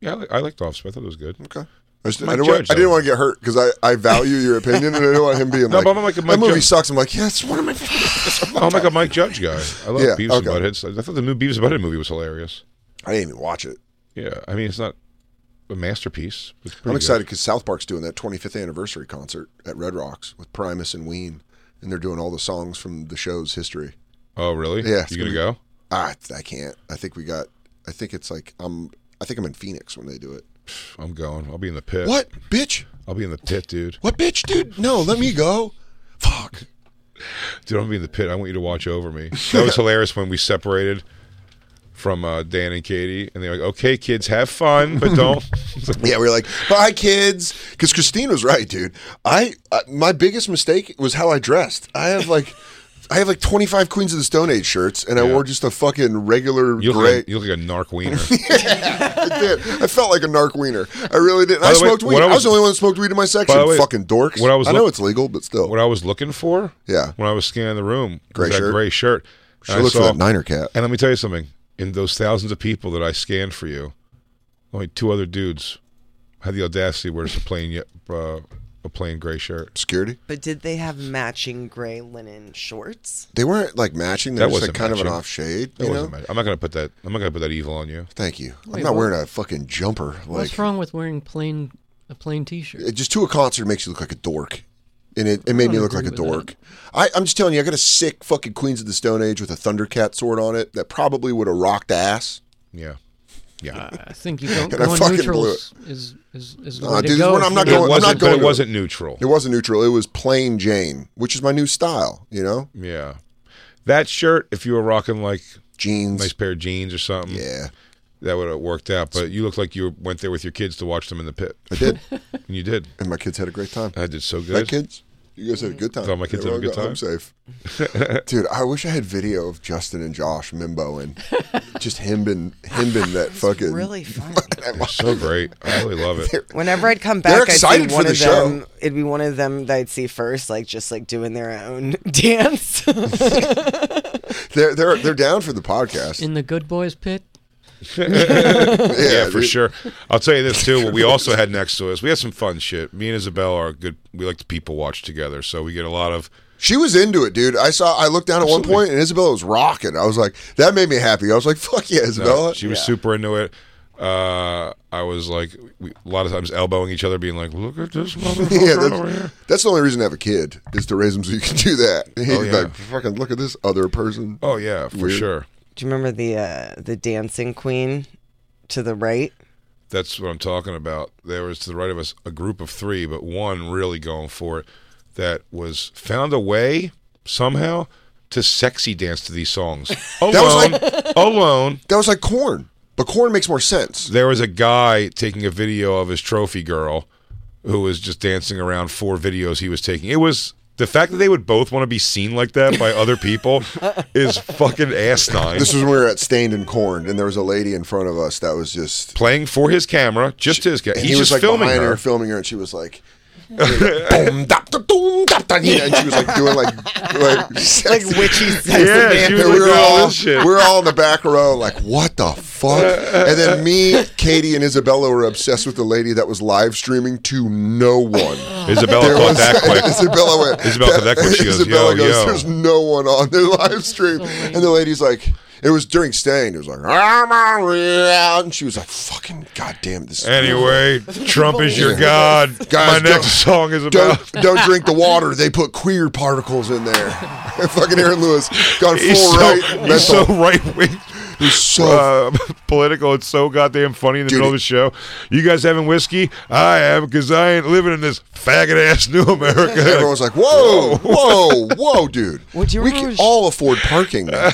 Speaker 7: Yeah, I, li- I liked Office Space. I thought it was good. Oh,
Speaker 6: Okay. I, just,
Speaker 7: Mike
Speaker 6: I, didn't want,
Speaker 7: Judge,
Speaker 6: I didn't
Speaker 7: though.
Speaker 6: want to get hurt because I, I value your opinion and I don't want him being
Speaker 7: No,
Speaker 6: like,
Speaker 7: but I'm like a
Speaker 6: that
Speaker 7: Mike
Speaker 6: movie
Speaker 7: Judge.
Speaker 6: sucks. I'm like, yeah, it's one of my
Speaker 7: (laughs) Oh, I'm like a Mike Judge guy. I
Speaker 6: (laughs)
Speaker 7: love
Speaker 6: Yeah,
Speaker 7: Beavis
Speaker 6: okay.
Speaker 7: and Butthead. I thought the new Beavis and Butthead movie was hilarious.
Speaker 6: I didn't even watch it.
Speaker 7: Yeah, I mean it's not a masterpiece. but It's pretty
Speaker 6: I'm
Speaker 7: good.
Speaker 6: excited because South Park's doing that 25th anniversary concert at Red Rocks with Primus and Ween, and they're doing all the songs from the show's history.
Speaker 7: Oh, really?
Speaker 6: Yeah, it's
Speaker 7: You gonna
Speaker 6: gonna
Speaker 7: go?
Speaker 6: Ah, I can't. I think we got. I think it's like I'm. I think I'm in Phoenix when they do it.
Speaker 7: I'm going. I'll be in the pit.
Speaker 6: What bitch?
Speaker 7: I'll be in the pit, dude. (laughs)
Speaker 6: What bitch, dude? No, let me go. Fuck.
Speaker 7: Dude, I'm gonna be in the pit. I want you to watch over me. That was hilarious when we separated from uh, Dan and Katie, and they're like, "Okay, kids, have fun,
Speaker 6: (laughs)
Speaker 7: but don't." It's like,
Speaker 6: Yeah, we were like, "Bye, kids," because Christine was right, dude. I uh, my biggest mistake was how I dressed. I have like, I have like twenty five Queens of the Stone Age shirts, and I
Speaker 7: Yeah.
Speaker 6: wore just a fucking regular
Speaker 7: you, look
Speaker 6: gray. (laughs)
Speaker 7: like, you look like a narc wiener.
Speaker 6: I did. I felt like a narc wiener. I really did.
Speaker 7: By
Speaker 6: I
Speaker 7: the way,
Speaker 6: smoked
Speaker 7: when
Speaker 6: weed.
Speaker 7: I
Speaker 6: I was,
Speaker 7: was-
Speaker 6: the only one that smoked weed in my
Speaker 7: By
Speaker 6: section.
Speaker 7: the way,
Speaker 6: fucking dorks.
Speaker 7: when I was
Speaker 6: I know
Speaker 7: look-
Speaker 6: it's legal, but still.
Speaker 7: what I was looking for,
Speaker 6: Yeah.
Speaker 7: when I was scanning the room,
Speaker 6: Gray
Speaker 7: was that
Speaker 6: shirt.
Speaker 7: gray shirt.
Speaker 6: She
Speaker 7: And I
Speaker 6: looked for
Speaker 7: saw-
Speaker 6: that Niner cat.
Speaker 7: And let me tell you something. In those thousands of people that I scanned for you, only two other dudes had the audacity to wear just a plain, ye- uh, a plain gray shirt.
Speaker 6: Security.
Speaker 8: But did they have matching gray linen shorts?
Speaker 6: They weren't like matching. They
Speaker 7: That
Speaker 6: were just
Speaker 7: wasn't
Speaker 6: like kind of an
Speaker 7: matching.
Speaker 6: off shade.
Speaker 7: That
Speaker 6: you know?
Speaker 7: wasn't my- I'm not gonna put that. I'm not gonna put that evil on you.
Speaker 6: Thank you. I'm
Speaker 9: Wait,
Speaker 6: not
Speaker 9: what-
Speaker 6: wearing a fucking jumper. Like
Speaker 9: What's wrong with wearing plain a plain T-shirt?
Speaker 6: It- just to a concert makes you look like a dork. And it, it made
Speaker 9: I
Speaker 6: me
Speaker 9: don't
Speaker 6: look like a
Speaker 9: agree with
Speaker 6: dork. I, I'm just telling you, I got a sick fucking Queens of the Stone Age with a Thundercat sword on it that probably would have rocked ass.
Speaker 7: Yeah, yeah.
Speaker 9: I think you don't
Speaker 6: (laughs) And I
Speaker 9: go
Speaker 6: fucking
Speaker 9: in
Speaker 6: blew
Speaker 9: neutrals
Speaker 6: it.
Speaker 9: is is is the
Speaker 6: Nah,
Speaker 9: way to
Speaker 6: dude,
Speaker 9: go
Speaker 6: when
Speaker 9: if
Speaker 6: I'm not
Speaker 9: you're
Speaker 7: It
Speaker 6: going-
Speaker 9: gonna-
Speaker 6: I'm
Speaker 7: wasn't,
Speaker 6: not going
Speaker 7: but
Speaker 6: to-
Speaker 7: it wasn't neutral.
Speaker 6: It wasn't neutral. It was plain Jane, which is my new style, you know?
Speaker 7: Yeah. That shirt, if you were rocking like
Speaker 6: jeans,
Speaker 7: nice pair of jeans or something,
Speaker 6: yeah,
Speaker 7: that would have worked out. But you looked like you went there with your kids to watch them in the pit.
Speaker 6: I did.
Speaker 7: and you did.
Speaker 6: And my kids had a great
Speaker 7: (laughs)
Speaker 6: time.
Speaker 7: I did so good.
Speaker 6: My kids, you guys had a good time.
Speaker 7: Thought my kids
Speaker 6: They were
Speaker 7: had a good
Speaker 6: all
Speaker 7: time.
Speaker 6: I'm
Speaker 7: (laughs)
Speaker 6: safe, dude. I wish I had video of Justin and Josh Mimbo and just him and him
Speaker 9: (laughs)
Speaker 6: and that fucking (laughs)
Speaker 8: really fun.
Speaker 7: They're so great. I really love it.
Speaker 8: Whenever I'd come
Speaker 6: They're
Speaker 8: back, I'd see
Speaker 6: excited for
Speaker 8: one
Speaker 6: the
Speaker 8: of
Speaker 6: show.
Speaker 8: them. It'd be one of them that I'd see first, like just like doing their own (laughs) dance.
Speaker 6: They're they're they're down for the podcast.
Speaker 9: in the good boys
Speaker 6: (laughs)
Speaker 9: pit.
Speaker 7: yeah, for
Speaker 6: dude.
Speaker 7: sure. I'll tell you this too.
Speaker 6: (laughs)
Speaker 7: What we also had next to us, we had some fun shit. Me and Isabel are good. We like to people watch together, so we get a lot of.
Speaker 6: She was into it, dude. I saw. I looked down at one point, and Isabella was rocking. I was like, that made me happy. I was like, fuck Oh, yeah,
Speaker 7: No,
Speaker 6: Isabella.
Speaker 7: uh, she was super into it. Uh, I was like, we, a lot of times elbowing each other, being like, "Look at this
Speaker 6: (laughs)
Speaker 7: motherfucker
Speaker 6: yeah,
Speaker 7: over here."
Speaker 6: that's, that's the only reason to have a kid is to raise them so you can do that.
Speaker 7: Oh, yeah.
Speaker 6: Like, fucking look at this other person.
Speaker 7: Oh yeah, for
Speaker 6: Weird.
Speaker 7: sure.
Speaker 8: Do you remember the uh, the dancing queen to the right?
Speaker 7: That's what I'm talking about. There was to the right of us a group of three, but one really going for it that was found a way somehow to sexy dance to
Speaker 6: (laughs)
Speaker 7: these songs. Alone,
Speaker 6: That was
Speaker 7: alone.
Speaker 6: That was like corn, but corn makes more sense.
Speaker 7: There was a guy taking a video of his trophy girl who was just dancing around four videos he was taking. It was the fact that they would both want to be seen like that by
Speaker 6: (laughs)
Speaker 7: other people is fucking asinine.
Speaker 6: This was when we were at Stained and Corn, and there was a lady in front of us that was just.
Speaker 7: playing for his camera, just his camera.
Speaker 6: And
Speaker 7: He's
Speaker 6: he was like
Speaker 7: just filming
Speaker 6: behind her.
Speaker 7: her.
Speaker 6: filming her, and she was
Speaker 7: (laughs)
Speaker 6: like, (laughs) boom, da, da, doom, da, da, yeah, and she was like doing like like
Speaker 8: (laughs) Like
Speaker 6: sexy- (laughs)
Speaker 8: witchy sex
Speaker 7: Yeah,
Speaker 6: And
Speaker 7: she was like
Speaker 8: dance.
Speaker 6: we were
Speaker 7: doing all
Speaker 6: all
Speaker 7: this shit.
Speaker 6: we were all in the back row, like, what the fuck? And then
Speaker 7: (laughs)
Speaker 6: me, Katie, and Isabella were obsessed with the lady that was live streaming to no
Speaker 7: (laughs)
Speaker 6: one.
Speaker 7: Isabella
Speaker 6: There
Speaker 7: caught
Speaker 6: was- (laughs)
Speaker 7: that quick.
Speaker 6: Isabella went.
Speaker 7: Isabella caught that quick. She goes,
Speaker 6: Isabella
Speaker 7: yo,
Speaker 6: goes,
Speaker 7: yo.
Speaker 6: There's no one on their live stream, and the lady's like. It was during staying. It was like, "Ah, Maria," and she was like, "Fucking goddamn, this." is-
Speaker 7: Anyway, Trump is your god.
Speaker 6: Oh, (laughs) Guys,
Speaker 7: My next song is about.
Speaker 6: Don't, don't drink the water. They put queer particles in there. (laughs) Fucking Aaron Lewis gone full
Speaker 7: He's so,
Speaker 6: right. mental.
Speaker 7: he's so right wing.
Speaker 6: He's so
Speaker 7: (laughs) Uh, political. It's so goddamn funny in the
Speaker 6: Dude,
Speaker 7: middle of the show. You guys having whiskey? I am because I ain't living in this faggot ass New America.
Speaker 6: Everyone's like,
Speaker 7: (laughs)
Speaker 6: whoa, whoa, whoa, dude.
Speaker 9: Would you
Speaker 6: we
Speaker 9: remember-
Speaker 6: can all afford parking
Speaker 7: (laughs)
Speaker 6: now.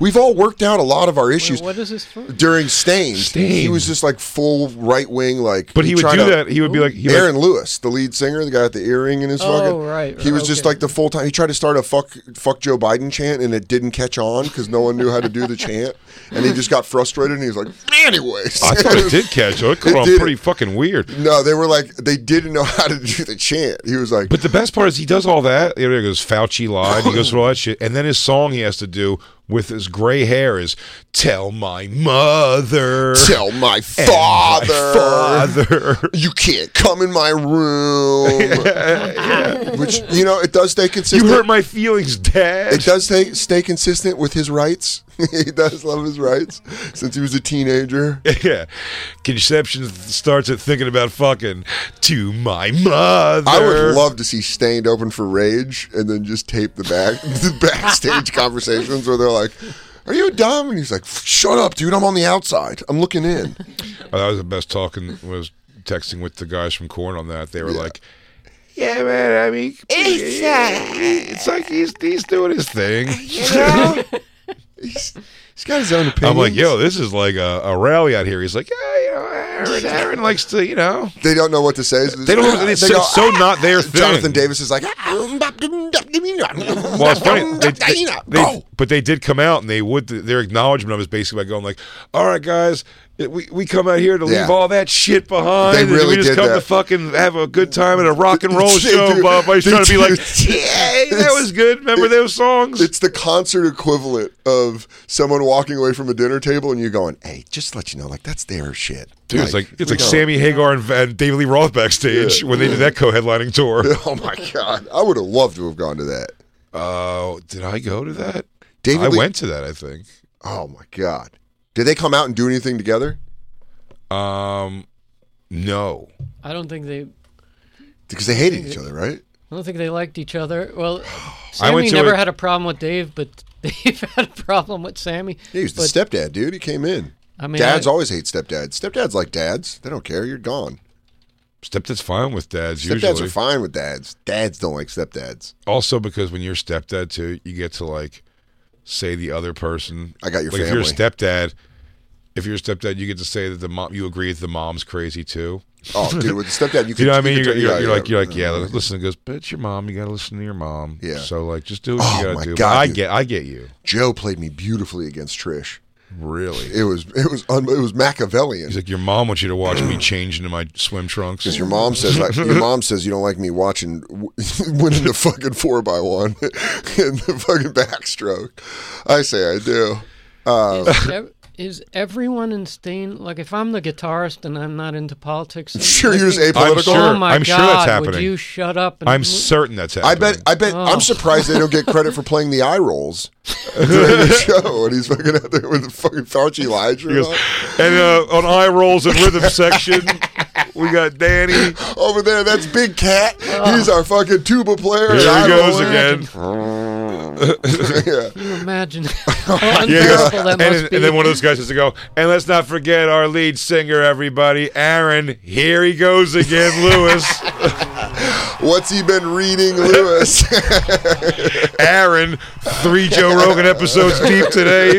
Speaker 6: We've all worked out a lot of our issues.
Speaker 9: What is this for?
Speaker 6: During Stained, he was just like full right wing, like.
Speaker 7: But he would
Speaker 6: tried
Speaker 7: do
Speaker 6: to-
Speaker 7: that. He would be like, he
Speaker 6: Aaron
Speaker 7: like,
Speaker 6: Lewis, the lead singer, the guy with the earring in his
Speaker 9: Oh,
Speaker 6: fucking.
Speaker 9: right,
Speaker 6: He was just
Speaker 9: okay.
Speaker 6: like the full time. He tried to start a fuck fuck Joe Biden chant, and it didn't catch on because no one knew how to do the chant, and he just got frustrated, and he was like, anyways.
Speaker 7: "Oh, I thought it
Speaker 6: (laughs)
Speaker 7: did catch. on. It caught
Speaker 6: It
Speaker 7: on
Speaker 6: did.
Speaker 7: pretty fucking weird.
Speaker 6: No, they were like they didn't know how to do the chant. He was like,
Speaker 7: But the best part is he does all that. There he goes Fauci lied. He goes through all that shit, and then his song he has to do with his gray hair is "Tell My Mother."
Speaker 6: tell my
Speaker 7: and
Speaker 6: father,
Speaker 7: my father.
Speaker 6: you can't come in my
Speaker 7: (laughs)
Speaker 6: room. Which you know, it does stay
Speaker 7: You
Speaker 6: consistent.
Speaker 7: hurt my feelings, Dad.
Speaker 6: it does stay stay consistent with his rights. he does love his rights since he was a teenager.
Speaker 7: (laughs) yeah. Conception starts at thinking about fucking to my mother.
Speaker 6: I would love to see Stained open for Rage and then just tape the back the backstage conversations where they're like, "Are you dumb?" And he's like, "Shut up, dude. I'm on the outside. I'm looking in."
Speaker 7: Oh, that was the best talking was texting with the guys from Corn on that. They were like, "Yeah, man. I mean, it's, like he's he's doing his thing."
Speaker 6: He's got his own opinion.
Speaker 7: I'm like, "Yo, this is like a, a rally out here." He's like, "Yeah, you know, Aaron, Aaron likes to, you know."
Speaker 6: They don't know what to say. so
Speaker 7: They don't.
Speaker 6: just-
Speaker 7: It's
Speaker 6: they
Speaker 7: so,
Speaker 6: go,
Speaker 7: so not their thing.
Speaker 6: Jonathan Davis is like,
Speaker 7: Well,
Speaker 6: well,
Speaker 7: it's funny. They, they, they- but they did come out, and they would. Their acknowledgement of it is basically by going like, "All right, guys, it- we, we come out here to leave
Speaker 6: Yeah.
Speaker 7: all that shit behind.
Speaker 6: They
Speaker 7: and
Speaker 6: really
Speaker 7: we just
Speaker 6: did
Speaker 7: come to
Speaker 6: that.
Speaker 7: fucking have a good time at a
Speaker 6: (laughs)
Speaker 7: rock and roll
Speaker 6: They
Speaker 7: show."
Speaker 6: do.
Speaker 7: Bob, I was
Speaker 6: They
Speaker 7: trying to be
Speaker 6: do. (laughs)
Speaker 7: like, "Yeah, that was good. Remember those songs?"
Speaker 6: It's the concert equivalent of someone walking away from a dinner table and you going, "Hey, just to let you know, like that's their shit."
Speaker 7: Dude, it's like it's
Speaker 6: we
Speaker 7: like
Speaker 6: don't-
Speaker 7: Sammy Hagar and, and David Lee Roth backstage when they did that co-headlining tour.
Speaker 6: (laughs) Oh my god, I would have loved to have gone to that.
Speaker 7: Oh, did I go to that?
Speaker 6: David
Speaker 7: I
Speaker 6: Lee-
Speaker 7: went to that. I think.
Speaker 6: Oh my god, did they come out and do anything together?
Speaker 7: Um, no.
Speaker 9: I don't think they.
Speaker 6: Because they hated each other, right?
Speaker 9: I don't think they liked each other. Well,
Speaker 7: I
Speaker 9: Sammy
Speaker 7: went to
Speaker 9: never
Speaker 7: a-
Speaker 9: had a problem with Dave, but (laughs) Dave had a problem with Sammy.
Speaker 6: Yeah, he was the
Speaker 9: But-
Speaker 6: stepdad, dude. He came in.
Speaker 9: I mean,
Speaker 6: dads
Speaker 9: I-
Speaker 6: always hate stepdads. Stepdads like dads. They don't care. You're gone.
Speaker 7: Stepdad's fine with dads.
Speaker 6: Stepdads
Speaker 7: usually.
Speaker 6: are fine with dads. Dads don't like stepdads.
Speaker 7: Also, because when you're stepdad too, you get to like say the other person.
Speaker 6: I got your
Speaker 7: Like if you're a
Speaker 6: family.
Speaker 7: stepdad, if you're a stepdad, you get to say that the mom. You agree that the mom's crazy too.
Speaker 6: Oh, dude, with the stepdad, you
Speaker 7: you
Speaker 6: could-
Speaker 7: know what I
Speaker 6: you
Speaker 7: mean. You're,
Speaker 6: could-
Speaker 7: you're,
Speaker 6: yeah,
Speaker 7: you're
Speaker 6: yeah.
Speaker 7: like you're like yeah. Listen, it goes, but it's your mom. You got to listen to your mom.
Speaker 6: Yeah.
Speaker 7: So like, just do what you
Speaker 6: Oh
Speaker 7: got
Speaker 6: my
Speaker 7: to do. But
Speaker 6: god!
Speaker 7: I
Speaker 6: dude.
Speaker 7: get I get you.
Speaker 6: Joe played me beautifully against Trish.
Speaker 7: Really?
Speaker 6: It was it was un- it was Machiavellian.
Speaker 7: He's like, your mom wants you to watch
Speaker 6: (clears throat)
Speaker 7: me change into my swim trunks.
Speaker 6: Because your mom says
Speaker 7: (laughs)
Speaker 6: like, your mom says you don't like me watching (laughs) w- winning the fucking four by one (laughs) and the fucking backstroke. I say I do.
Speaker 9: Is,
Speaker 6: Uh,
Speaker 9: ev- is everyone in Stain like if I'm the guitarist and I'm not into politics?
Speaker 6: Sure, you're just
Speaker 9: like,
Speaker 6: apolitical.
Speaker 7: I'm sure.
Speaker 9: Oh my
Speaker 7: I'm
Speaker 9: god!
Speaker 7: sure that's happening.
Speaker 9: Would you shut up? And
Speaker 6: (laughs)
Speaker 7: I'm certain that's
Speaker 6: I
Speaker 7: happening.
Speaker 6: bet I bet
Speaker 9: Oh.
Speaker 6: I'm surprised they don't get credit for playing the eye
Speaker 7: (laughs)
Speaker 6: rolls during the show, and he's fucking out there with the fucking Fauci lie
Speaker 7: He goes, and uh, on eye rolls and rhythm section, we got Danny.
Speaker 6: (laughs) over there. That's Big Cat. He's our fucking tuba player.
Speaker 7: Here he
Speaker 6: Eye
Speaker 7: goes
Speaker 6: roller.
Speaker 7: again.
Speaker 6: yeah.
Speaker 9: Can you imagine? How
Speaker 7: Yeah,
Speaker 9: unbearable that
Speaker 7: and,
Speaker 9: must
Speaker 7: and
Speaker 9: be.
Speaker 7: then one of those guys has to go. And let's not forget our lead singer, everybody, Aaron. Here he goes again, Lewis.
Speaker 6: What's he been reading, Lewis? (laughs)
Speaker 7: Aaron, three Joe Rogan episodes deep today.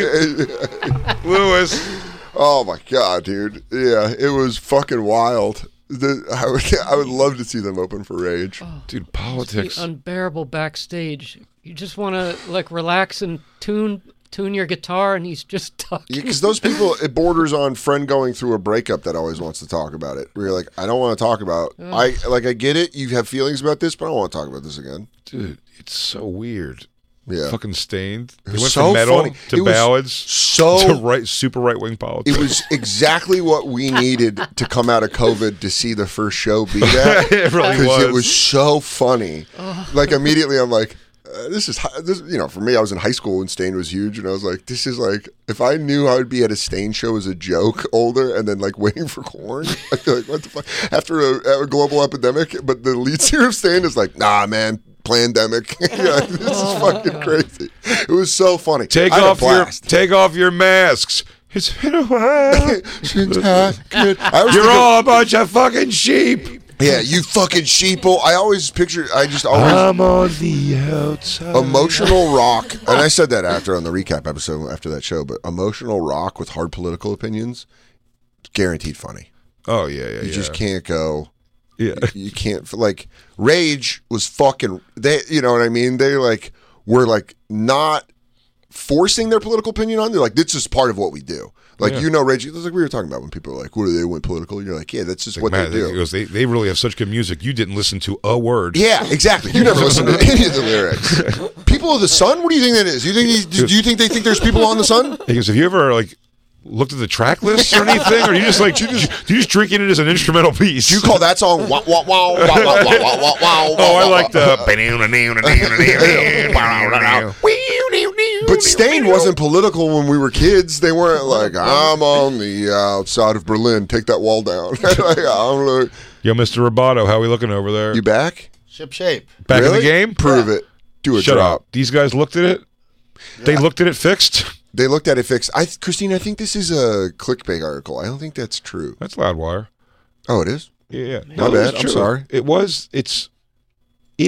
Speaker 7: Lewis.
Speaker 6: Oh my god, dude! Yeah, it was fucking wild. The- I would, (laughs) I would love to see them open for Rage,
Speaker 7: dude.
Speaker 9: It's unbearable backstage. You just want to like relax and tune tune your guitar, and he's just talking.
Speaker 6: Because those people, it borders on friend going through a breakup that always wants to talk about it. Where you're like, I don't want to talk about. I like, I get it. You have feelings about this, but I don't want to talk about this again.
Speaker 7: Dude, it's so weird.
Speaker 6: Yeah.
Speaker 7: Fucking stained.
Speaker 6: It
Speaker 7: They
Speaker 6: was
Speaker 7: went
Speaker 6: so
Speaker 7: from metal
Speaker 6: funny.
Speaker 7: to
Speaker 6: It was
Speaker 7: ballads
Speaker 6: so-
Speaker 7: (laughs) to right, super right wing
Speaker 6: It
Speaker 7: politics. (laughs)
Speaker 6: was exactly what we needed to come out of COVID to see the first show be that.
Speaker 7: (laughs) It really
Speaker 6: 'Cause It
Speaker 7: was.
Speaker 6: was so funny. Like immediately, I'm like, uh, this is hi- this. You know, for me, I was in high school when Stain was huge, and I was like, this is like, if I knew I would be at a Stain show as a joke, older, and then like (laughs) waiting for corn, I'd be like, what the fuck? After a, a global epidemic, but the lead singer of Stain is like, nah, man. Pandemic. (laughs) yeah, this
Speaker 7: (laughs)
Speaker 6: is fucking crazy. It was so funny.
Speaker 7: Take
Speaker 6: I had a
Speaker 7: off your
Speaker 6: blast.
Speaker 7: take off your masks. It's been a while.
Speaker 6: Since I could- I was
Speaker 7: You're
Speaker 6: thinking-
Speaker 7: all a bunch of fucking sheep.
Speaker 6: Yeah, you fucking sheeple. I always picture. I just always
Speaker 7: I'm on the outside.
Speaker 6: emotional rock, and I said that after on the recap episode after that show. But emotional rock with hard political opinions, guaranteed funny.
Speaker 7: Oh yeah, yeah.
Speaker 6: You
Speaker 7: yeah.
Speaker 6: just can't go.
Speaker 7: Yeah.
Speaker 6: You can't like rage was fucking. They, you know what I mean? They like were like not forcing their political opinion on. They're like, this is part of what we do. Like
Speaker 7: Yeah.
Speaker 6: you know, rage. It's like we were talking about when people are like, "What do they want political?" You're like, "Yeah, that's just what
Speaker 7: Man,
Speaker 6: they do."
Speaker 7: it goes, they, they really have such good music. You didn't listen to a word.
Speaker 6: Yeah, exactly. You never listen to any of the lyrics. People of the Sun. What do you think that is? You think these, do you think they think there's people on the Sun?
Speaker 7: He goes, have you ever like looked at the track
Speaker 6: (laughs)
Speaker 7: list or anything? Or you just like you just, you just drinking it as an instrumental piece?
Speaker 6: Do you call that song? Wow, wow, wow, wow, wow, wow, wow, wow, wow.
Speaker 7: Oh, I like the.
Speaker 6: But Stain wasn't political when we were kids. They weren't like I'm on the outside of Berlin. Take that wall down. (laughs) Like, I don't know.
Speaker 7: Yo, Mr. Roboto, how we looking over there?
Speaker 6: You back?
Speaker 11: Ship shape.
Speaker 7: Back in
Speaker 6: Really?
Speaker 7: the game?
Speaker 6: Prove it. Do a
Speaker 7: Shut
Speaker 6: drop.
Speaker 7: up. These guys looked at it. They looked at it fixed.
Speaker 6: They looked at it fixed. I, Christine, I think this is a clickbait article. I don't think that's true.
Speaker 7: That's Loudwire.
Speaker 6: Oh, it is.
Speaker 7: Yeah. My
Speaker 6: bad. I'm sorry.
Speaker 7: It was. It's
Speaker 8: Yeah,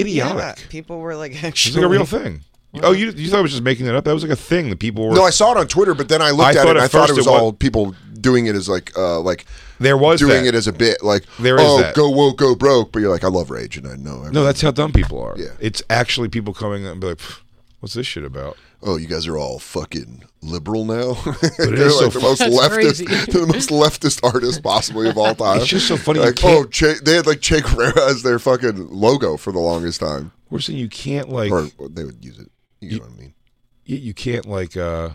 Speaker 7: (laughs) idiotic.
Speaker 8: people were like
Speaker 7: It's
Speaker 8: actually
Speaker 7: like a real thing. Oh, you, you thought I was just making that up? That was like a thing that people were.
Speaker 6: No, I saw it on Twitter, but then I looked
Speaker 7: I
Speaker 6: at it
Speaker 7: thought
Speaker 6: and
Speaker 7: at
Speaker 6: I thought it
Speaker 7: first
Speaker 6: was
Speaker 7: it wa-
Speaker 6: all people doing it as like uh like
Speaker 7: there was
Speaker 6: doing
Speaker 7: that.
Speaker 6: it as a bit like
Speaker 7: There is
Speaker 6: oh
Speaker 7: that.
Speaker 6: go woke go broke, but you're like I love rage and I know everything.
Speaker 7: No, that's how dumb people are.
Speaker 6: Yeah.
Speaker 7: It's actually people coming up and be like, "Pff, what's this shit about?
Speaker 6: oh you guys are all fucking liberal now. (laughs)
Speaker 7: it
Speaker 6: They're
Speaker 7: is so
Speaker 6: like the
Speaker 7: fu-
Speaker 6: most
Speaker 9: That's crazy.
Speaker 6: leftist, they're (laughs) the most leftist artist possibly of all time.
Speaker 7: (laughs) It's just so funny, you
Speaker 6: Like oh
Speaker 7: can't-
Speaker 6: che- they had like Che Guevara as their fucking logo for the longest time,
Speaker 7: We're saying you can't like,
Speaker 6: or
Speaker 7: y-
Speaker 6: they would use it. You know what I mean?
Speaker 7: you, can't like, uh,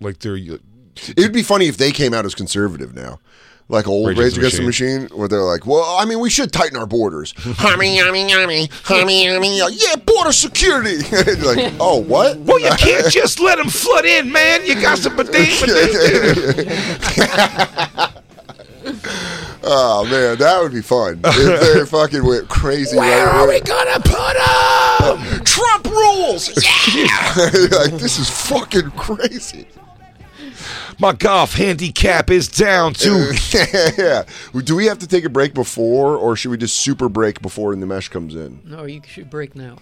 Speaker 7: like they're, you-
Speaker 6: It would be funny if they came out as conservative now. Like old Rage,
Speaker 7: Rage Against the
Speaker 6: Against the Machine. where they're like, well, I mean, we should tighten our borders.
Speaker 7: (laughs)
Speaker 6: Hummy, yummy, yummy, hummy, yummy, yeah, border security. (laughs) You're
Speaker 7: (laughs)
Speaker 6: like, oh, what?
Speaker 7: well, you can't just let them flood in, man. You got some
Speaker 6: (laughs)
Speaker 7: (laughs)
Speaker 6: oh, man, that would be fun.
Speaker 7: (laughs)
Speaker 6: If they fucking went crazy.
Speaker 7: Where
Speaker 6: right
Speaker 7: are we gonna put them?
Speaker 6: (laughs) Trump rules! Yeah! like, this is fucking crazy.
Speaker 7: My golf handicap is down (laughs) to.
Speaker 6: (laughs) yeah. Do we have to take a break before, or should we just super break before and the mesh comes in?
Speaker 9: No, you should break now.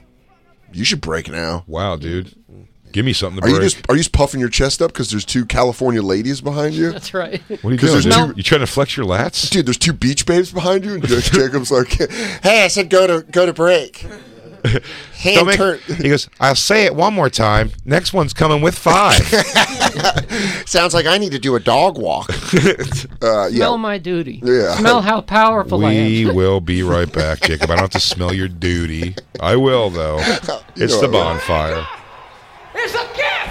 Speaker 6: You should break now.
Speaker 7: Wow, dude. Give me something to
Speaker 6: Are you
Speaker 7: break.
Speaker 6: just are you just puffing your chest up because there's two California ladies behind
Speaker 7: (laughs)
Speaker 6: you?
Speaker 9: That's right.
Speaker 7: What are you
Speaker 6: 'Cause
Speaker 7: doing?
Speaker 6: there's
Speaker 7: Dude?
Speaker 6: two-
Speaker 7: You trying to flex your lats?
Speaker 6: Dude, there's two beach babes behind you, and Jack- Jacob's like, "Hey, I said go to go to
Speaker 7: (laughs)
Speaker 6: break." Hand
Speaker 7: Don't make- (laughs)
Speaker 6: turn.
Speaker 7: He goes, I'll say it one more time. Next one's coming with five. (laughs)
Speaker 6: Sounds like I need to do a dog walk. uh, yeah.
Speaker 9: Smell my duty.
Speaker 6: Yeah.
Speaker 9: Smell how powerful I am.
Speaker 7: We (laughs) will be right back, Jacob. I don't have to smell your duty. I will (laughs) though.
Speaker 6: You
Speaker 7: It's
Speaker 6: know
Speaker 7: the
Speaker 6: I will.
Speaker 7: bonfire.
Speaker 12: It's a gift!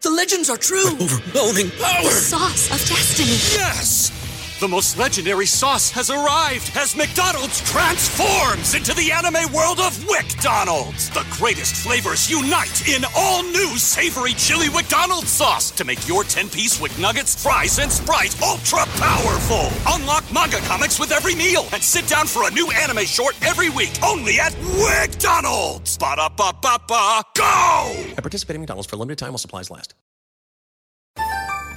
Speaker 3: The legends are true.
Speaker 4: Overwhelming power!
Speaker 3: The sauce of destiny.
Speaker 4: Yes! The most legendary sauce has arrived as McDonald's transforms into the anime world of WickDonald's. The greatest flavors unite in all new savory chili McDonald's sauce to make your 10-piece Wick Nuggets, fries, and Sprite ultra powerful. Unlock manga comics with every meal and sit down for a new anime short every week only at WickDonald's. Ba-da-ba-ba-ba, go!
Speaker 13: At participating McDonald's for a limited time while supplies last.